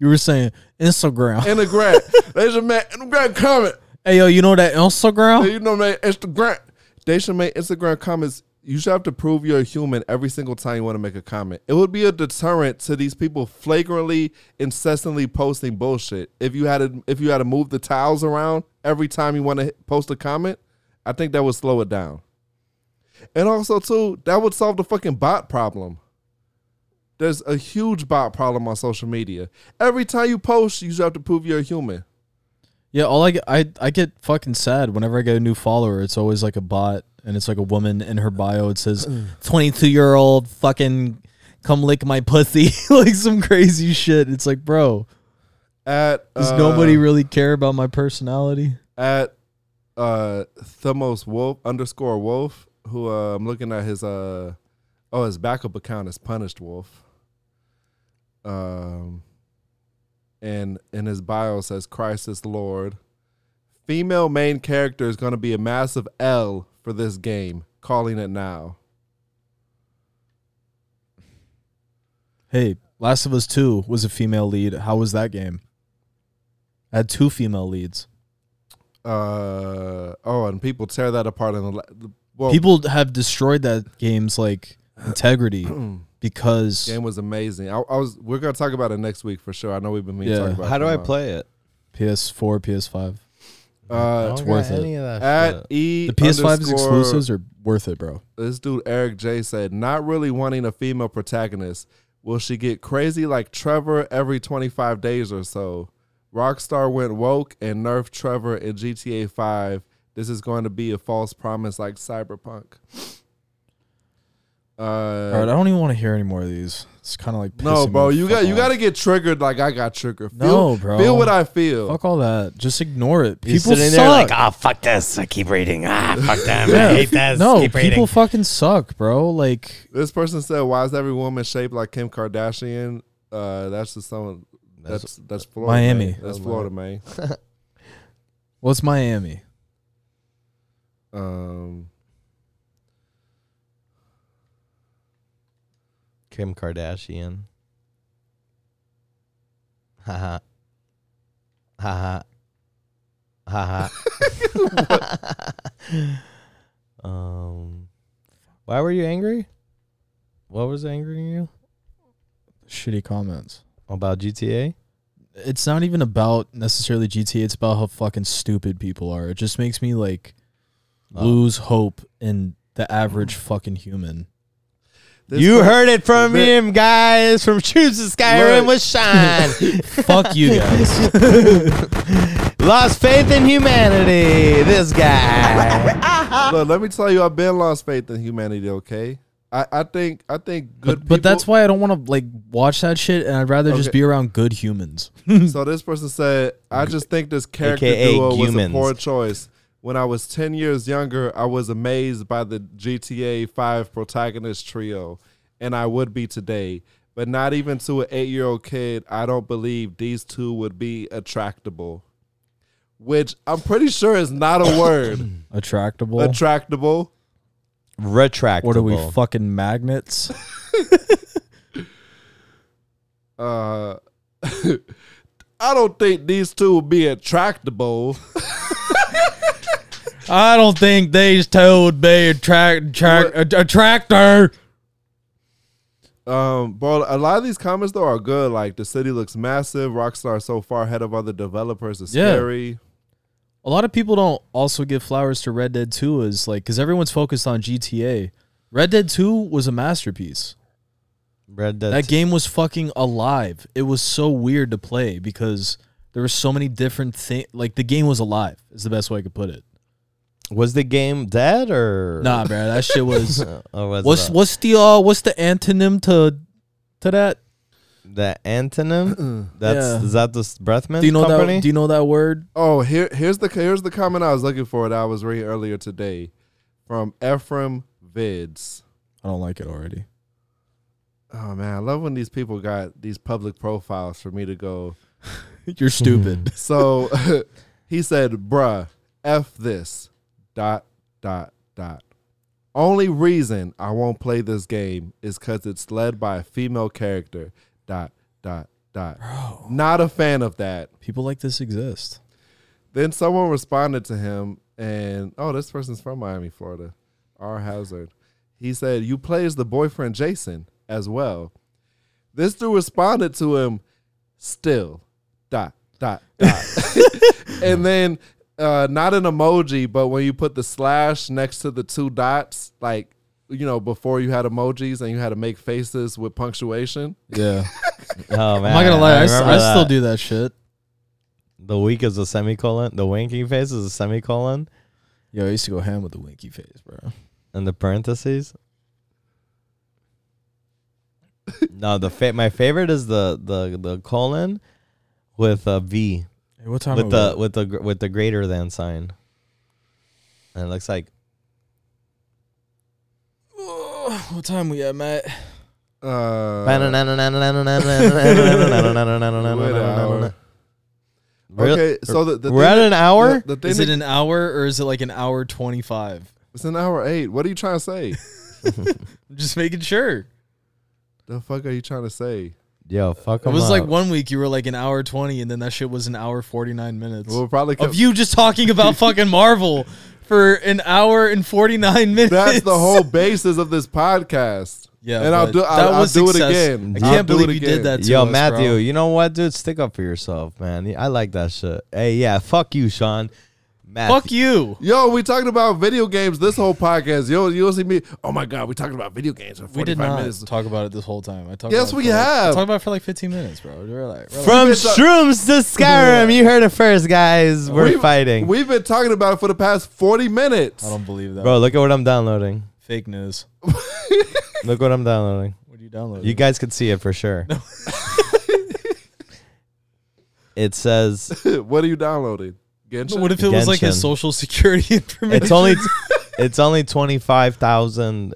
You were saying Instagram.
Instagram. they should make Instagram comment.
Hey yo, you know that Instagram?
You know man, Instagram. They should make Instagram comments. You should have to prove you're a human every single time you want to make a comment. It would be a deterrent to these people flagrantly, incessantly posting bullshit. If you had to, if you had to move the tiles around every time you want to post a comment, I think that would slow it down. And also too, that would solve the fucking bot problem. There's a huge bot problem on social media. Every time you post, you should have to prove you're a human.
Yeah, all I get, I I get fucking sad whenever I get a new follower. It's always like a bot, and it's like a woman in her bio. It says twenty two year old fucking come lick my pussy, [LAUGHS] like some crazy shit. It's like, bro,
At
does
uh,
nobody really care about my personality?
at uh Thumos Wolf underscore Wolf, who uh, I'm looking at his uh oh his backup account is Punished Wolf. Um, and in his bio says Christ is Lord. Female main character is going to be a massive L for this game. Calling it now.
Hey, Last of Us Two was a female lead. How was that game? I had two female leads.
Uh oh, and people tear that apart in the. la- Well,
People have destroyed that game's like
[CLEARS THROAT]
integrity because
game was amazing. I, I was. We're gonna talk about it next week for sure. I know we've been meaning to
Yeah.
talk about.
How
it
do
for
I
a while.
Play it.
PS4, PS5.
Uh,
It's worth it.
At e
the PS5's
underscore-
exclusives are worth it, bro.
This dude Eric J said, not really wanting a female protagonist. Will she get crazy like Trevor every 25 days or so? Rockstar went woke and nerfed Trevor in GTA 5. This is going to be a false promise like Cyberpunk. Uh,
All right, I don't even want to hear any more of these. It's kind of like
no,
pissing
bro,
me
you
the
got
fuck
you
off.
got to get triggered like I got triggered. Feel,
No, bro.
Feel what I feel.
Fuck all that. Just ignore it.
He's
People
sitting
suck.
there like,
"Ah,
oh fuck this. I keep reading. Ah, fuck them.
Yeah.
I hate this.
No,
keep reading.
people fucking suck, bro. Like,
This person said, "Why is every woman shaped like Kim Kardashian?" Uh, that's just someone. That's that's Florida.
Miami.
man. That's Florida, man.
what's Miami?
um,
Kim Kardashian. Ha ha. Ha ha. Ha ha. [LAUGHS] um, why were you angry? What was angering you?
Shitty comments
about GTA.
It's not even about necessarily GTA. It's about how fucking stupid people are. It just makes me like
Oh.
lose hope in the average fucking human.
you heard it from him, guys. From Choose the Skyrim
Look.
with Shine.
Fuck [LAUGHS] you guys.
Lost faith in humanity. This guy.
Look, let me tell you, I've been lost faith in humanity. Okay, I, I think I think good.
But, but that's why I don't want to like watch that shit, and I'd rather just
Okay.
be around good humans.
so this person said, I just think this character
AKA
duo was a
humans.
poor choice. When I was 10 years younger, I was amazed by the GTA 5 protagonist trio, and I would be today. But not even to an eight year old kid, I don't believe these two would be attractable. Which I'm pretty sure is not a word. [COUGHS]
Attractable.
attractable.
Retractable.
what are we fucking magnets?
Uh, [LAUGHS] I don't think these two would be attractable.
[LAUGHS] I don't think these two would be attract attract att- attractor.
Um, bro, a lot of these comments though are good. Like the city looks massive. Rockstar so far ahead of other developers is
Yeah.
scary.
A lot of people don't also give flowers to Red Dead 2 is like cuz everyone's focused on GTA. Red Dead 2 was a masterpiece.
Red Dead.
That game was fucking alive. It was so weird to play because there were so many different things. Like the game was alive is the best way I could put it.
was the game dead or Uh,
Nah, bro, that shit was.
or was
what's
it a-
what's the uh what's the antonym to to that?
the antonym? That's
[CLEARS THROAT] Yeah.
is that the s- Breathman
Do you know
company?
that? Do you know that word?
Oh, here here's the here's the comment I was looking for that I was reading earlier today from Ephraim Vids.
I don't like it already.
Oh man, I love when these people got these public profiles for me to go.
[LAUGHS] You're stupid.
[LAUGHS] So he said, bruh, F this. Dot, dot, dot. Only reason I won't play this game is because it's led by a female character. Dot, dot, dot. Not a fan of that.
[LAUGHS] People like this exist.
Then someone responded to him, and oh, this person's from Miami, Florida. R. Hazard. He said, You play as the boyfriend Jason as well. This dude responded to him, still. Dot, dot, dot. [LAUGHS] and then uh, not an emoji, but when you put the slash next to the two dots, like, you know, before you had emojis and you had to make faces with punctuation.
[LAUGHS] Yeah.
Oh man,
I'm not gonna lie. I, s-
remember
I still do that shit.
The week is a semicolon. The winking face is a semicolon,
Yo, I used to go ham with the winky face, bro.
and the parentheses. no, the fa- my favorite is the the the colon with a V
Hey, what time?
with the with the gr- with the greater than sign, and it looks like
what time we at, Matt?
Uh,
Really?
Okay, so the, the
we're
thing
at
that-
an hour.
The, the thing
Is
that-
it an hour or is it like an hour twenty five?
It's an hour eight. What are you trying to say?
I'm just making sure.
the fuck are you trying to say?
Yo, fuck
It
'em
was like
up.
one week you were like an hour twenty, and then that shit was an hour forty nine minutes
We'll probably
of you just talking about fucking Marvel for an hour and forty nine
[LAUGHS]
minutes.
That's the whole basis of this podcast.
Yeah,
and I'll
but
do.
that
I'll,
was
I'll do it
success.
again.
I
I'll
can't
do it
believe you did
again.
that. to
Yo,
us,
Matthew,
bro.
you know what, dude? Stick up for yourself, man. I like that shit. Hey, yeah, fuck you, Sean. Matthew.
[LAUGHS] Fuck you.
Yo, we talking about video games this whole podcast. Yo, you'll see me. Oh my god, we talking about video games for
We
forty
did
five
not
minutes.
talk about it this whole time. I talked.
Yes,
about it
we
for like- I
have.
talked about it for like fifteen minutes, bro. We're like- we're like-
From Shrooms to
[LAUGHS]
Skyrim, you heard it first, guys. We're
We've-
fighting,
We've been talking about it for the past forty minutes.
I don't believe that.
bro. Look at what I'm downloading.
Fake news.
Look what I'm downloading.
What do you download?
You guys could see it for sure. [LAUGHS] it says
[LAUGHS] what are you downloading? Genshin.
What if it was like his
Genshin.
social security [LAUGHS] information?
it's only it's only twenty five thousand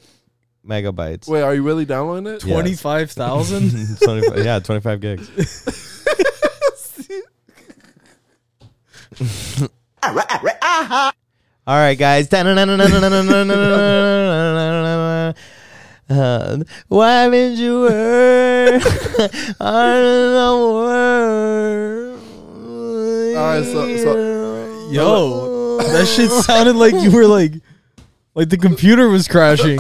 megabytes.
[LAUGHS] Wait, are you really downloading it?
Yeah.
twenty five
[LAUGHS]
[LAUGHS] thousand.
25, yeah, 25 gigs. [LAUGHS] All right, guys. [LAUGHS] [LAUGHS] Uh, why did you work on the
right, so, so
Yo,
[LAUGHS]
that shit sounded like you were like, like the computer
[LAUGHS]
was [LAUGHS] crashing.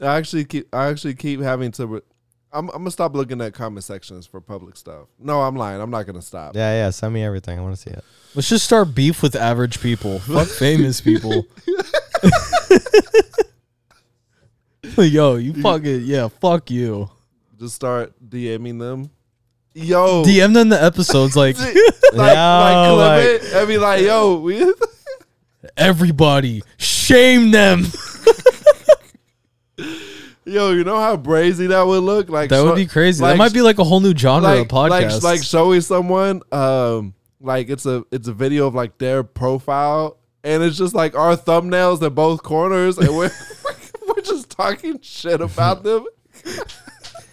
I actually keep I actually keep having to. Re- I'm, I'm gonna stop looking at comment sections for public stuff. No, I'm lying. I'm not gonna stop.
Yeah, yeah. Send me everything. I want to see it.
Let's just start beef with
[LAUGHS]
average people. Fuck famous people. Yo, you fucking yeah, fuck you.
Just start DMing them. Yo,
DM them the episodes
[LAUGHS]
like,
like, like,
Yo,
clip
like-
it and be like, yo, we. [LAUGHS]
everybody shame them.
Yo, you know how brazy that would look? Like
[LAUGHS] That
show-
would be crazy. that might be like a whole new genre
like,
of podcast.
Like, like showing someone, um, like it's a it's a video of like their profile, and it's just like our thumbnails at both corners, and we're [LAUGHS] we're just talking shit about
[LAUGHS]
them.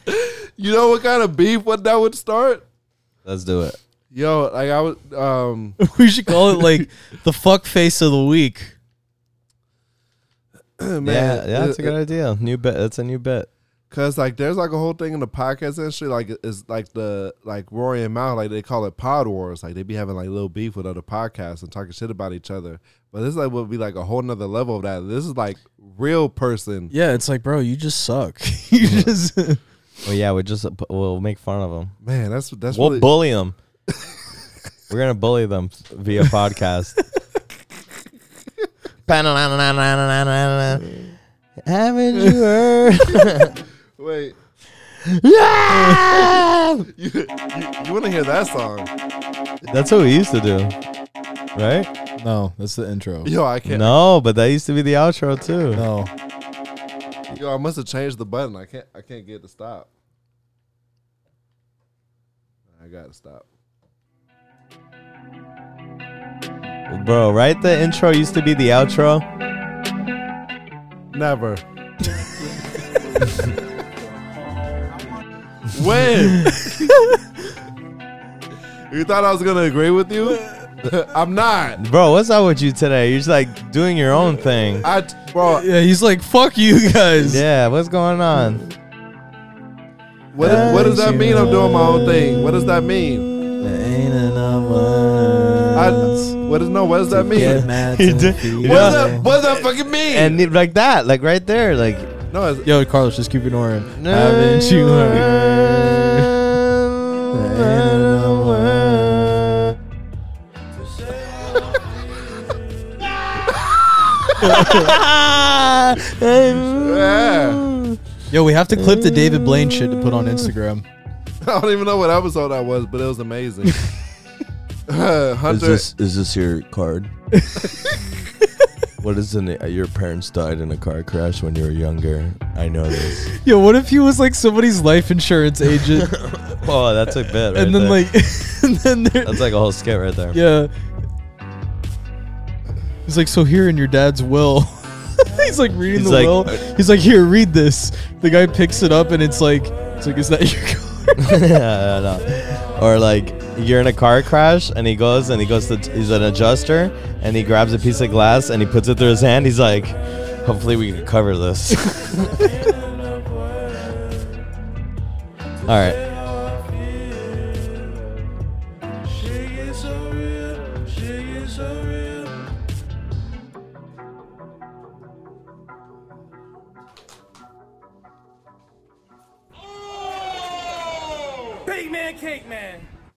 [LAUGHS] you know what kind of beef what that would start?
Let's do it.
Yo, like I would, um,
[LAUGHS] we should call it
[LAUGHS]
like the fuck face of the week.
man,
yeah, yeah. That's a
it-
good idea. New bit. That's a new bit.
Cause like there's like a whole thing in the podcast industry, like it's like the like Rory and Mal, like they call it pod wars. Like they be having like little beef with other podcasts and talking shit about each other. But this like would be like a whole nother level of that. This is like real person.
Yeah, it's like, bro, you just suck. [LAUGHS] you just
Well, oh, yeah. We just we'll make fun of them.
Man, that's that's
we'll
really
bully them. [LAUGHS] We're gonna bully them via podcast. [LAUGHS] Haven't you heard?
wait.
Yeah!
You, you, you wanna hear that song?
That's what we used to do, right?
no, that's the intro.
Yo, I can't
No, but that used to be the outro too.
No,
yo, I must have changed the button. I can't I can't get it to stop. I gotta stop.
Bro, right? The intro used to be the outro.
[LAUGHS] Never. when? [LAUGHS] you thought I was gonna agree with you? [LAUGHS] I'm not.
Bro, what's up with you today? You're just like doing your own thing.
I t- bro,
yeah, he's like, fuck you guys.
Yeah, what's going on?
what, what does that mean? I'm doing my own thing. What does that mean?
There ain't enough words.
I, what does no? What does that
Get
mean?
[LAUGHS] mad
He
to
did-
feel
Yeah.
What does
it.
that, what does that fucking mean?
And it- like that, like right there, like.
no, it's,
Yo, Carlos, just keep ignoring. him. Haven't you heard?
yeah.
[LAUGHS] Yo, we have to clip the David Blaine shit to put on Instagram.
I don't even know what episode that was, but it was amazing. [LAUGHS] Hunter,
is this your card? what is in it? Your parents died in a car crash when you were younger. I know this.
Yo, what if he was like somebody's life insurance agent,
[LAUGHS] Oh, that's a bit. Right
and then
there.
like, [LAUGHS] and then there,
that's like a whole skit right there.
Yeah. He's like, so here in your dad's will. [LAUGHS] He's like reading
He's like-
the
uh,
will. He's like, here, read this. The guy picks it up and it's like, it's like, is that your [LAUGHS] card?
[LAUGHS] yeah, I know. Or like you're in a car crash and he goes and he goes to he's an adjuster and he grabs a piece of glass and he puts it through his hand. He's like, hopefully we can cover this. [LAUGHS] All right.
Big man, cake man.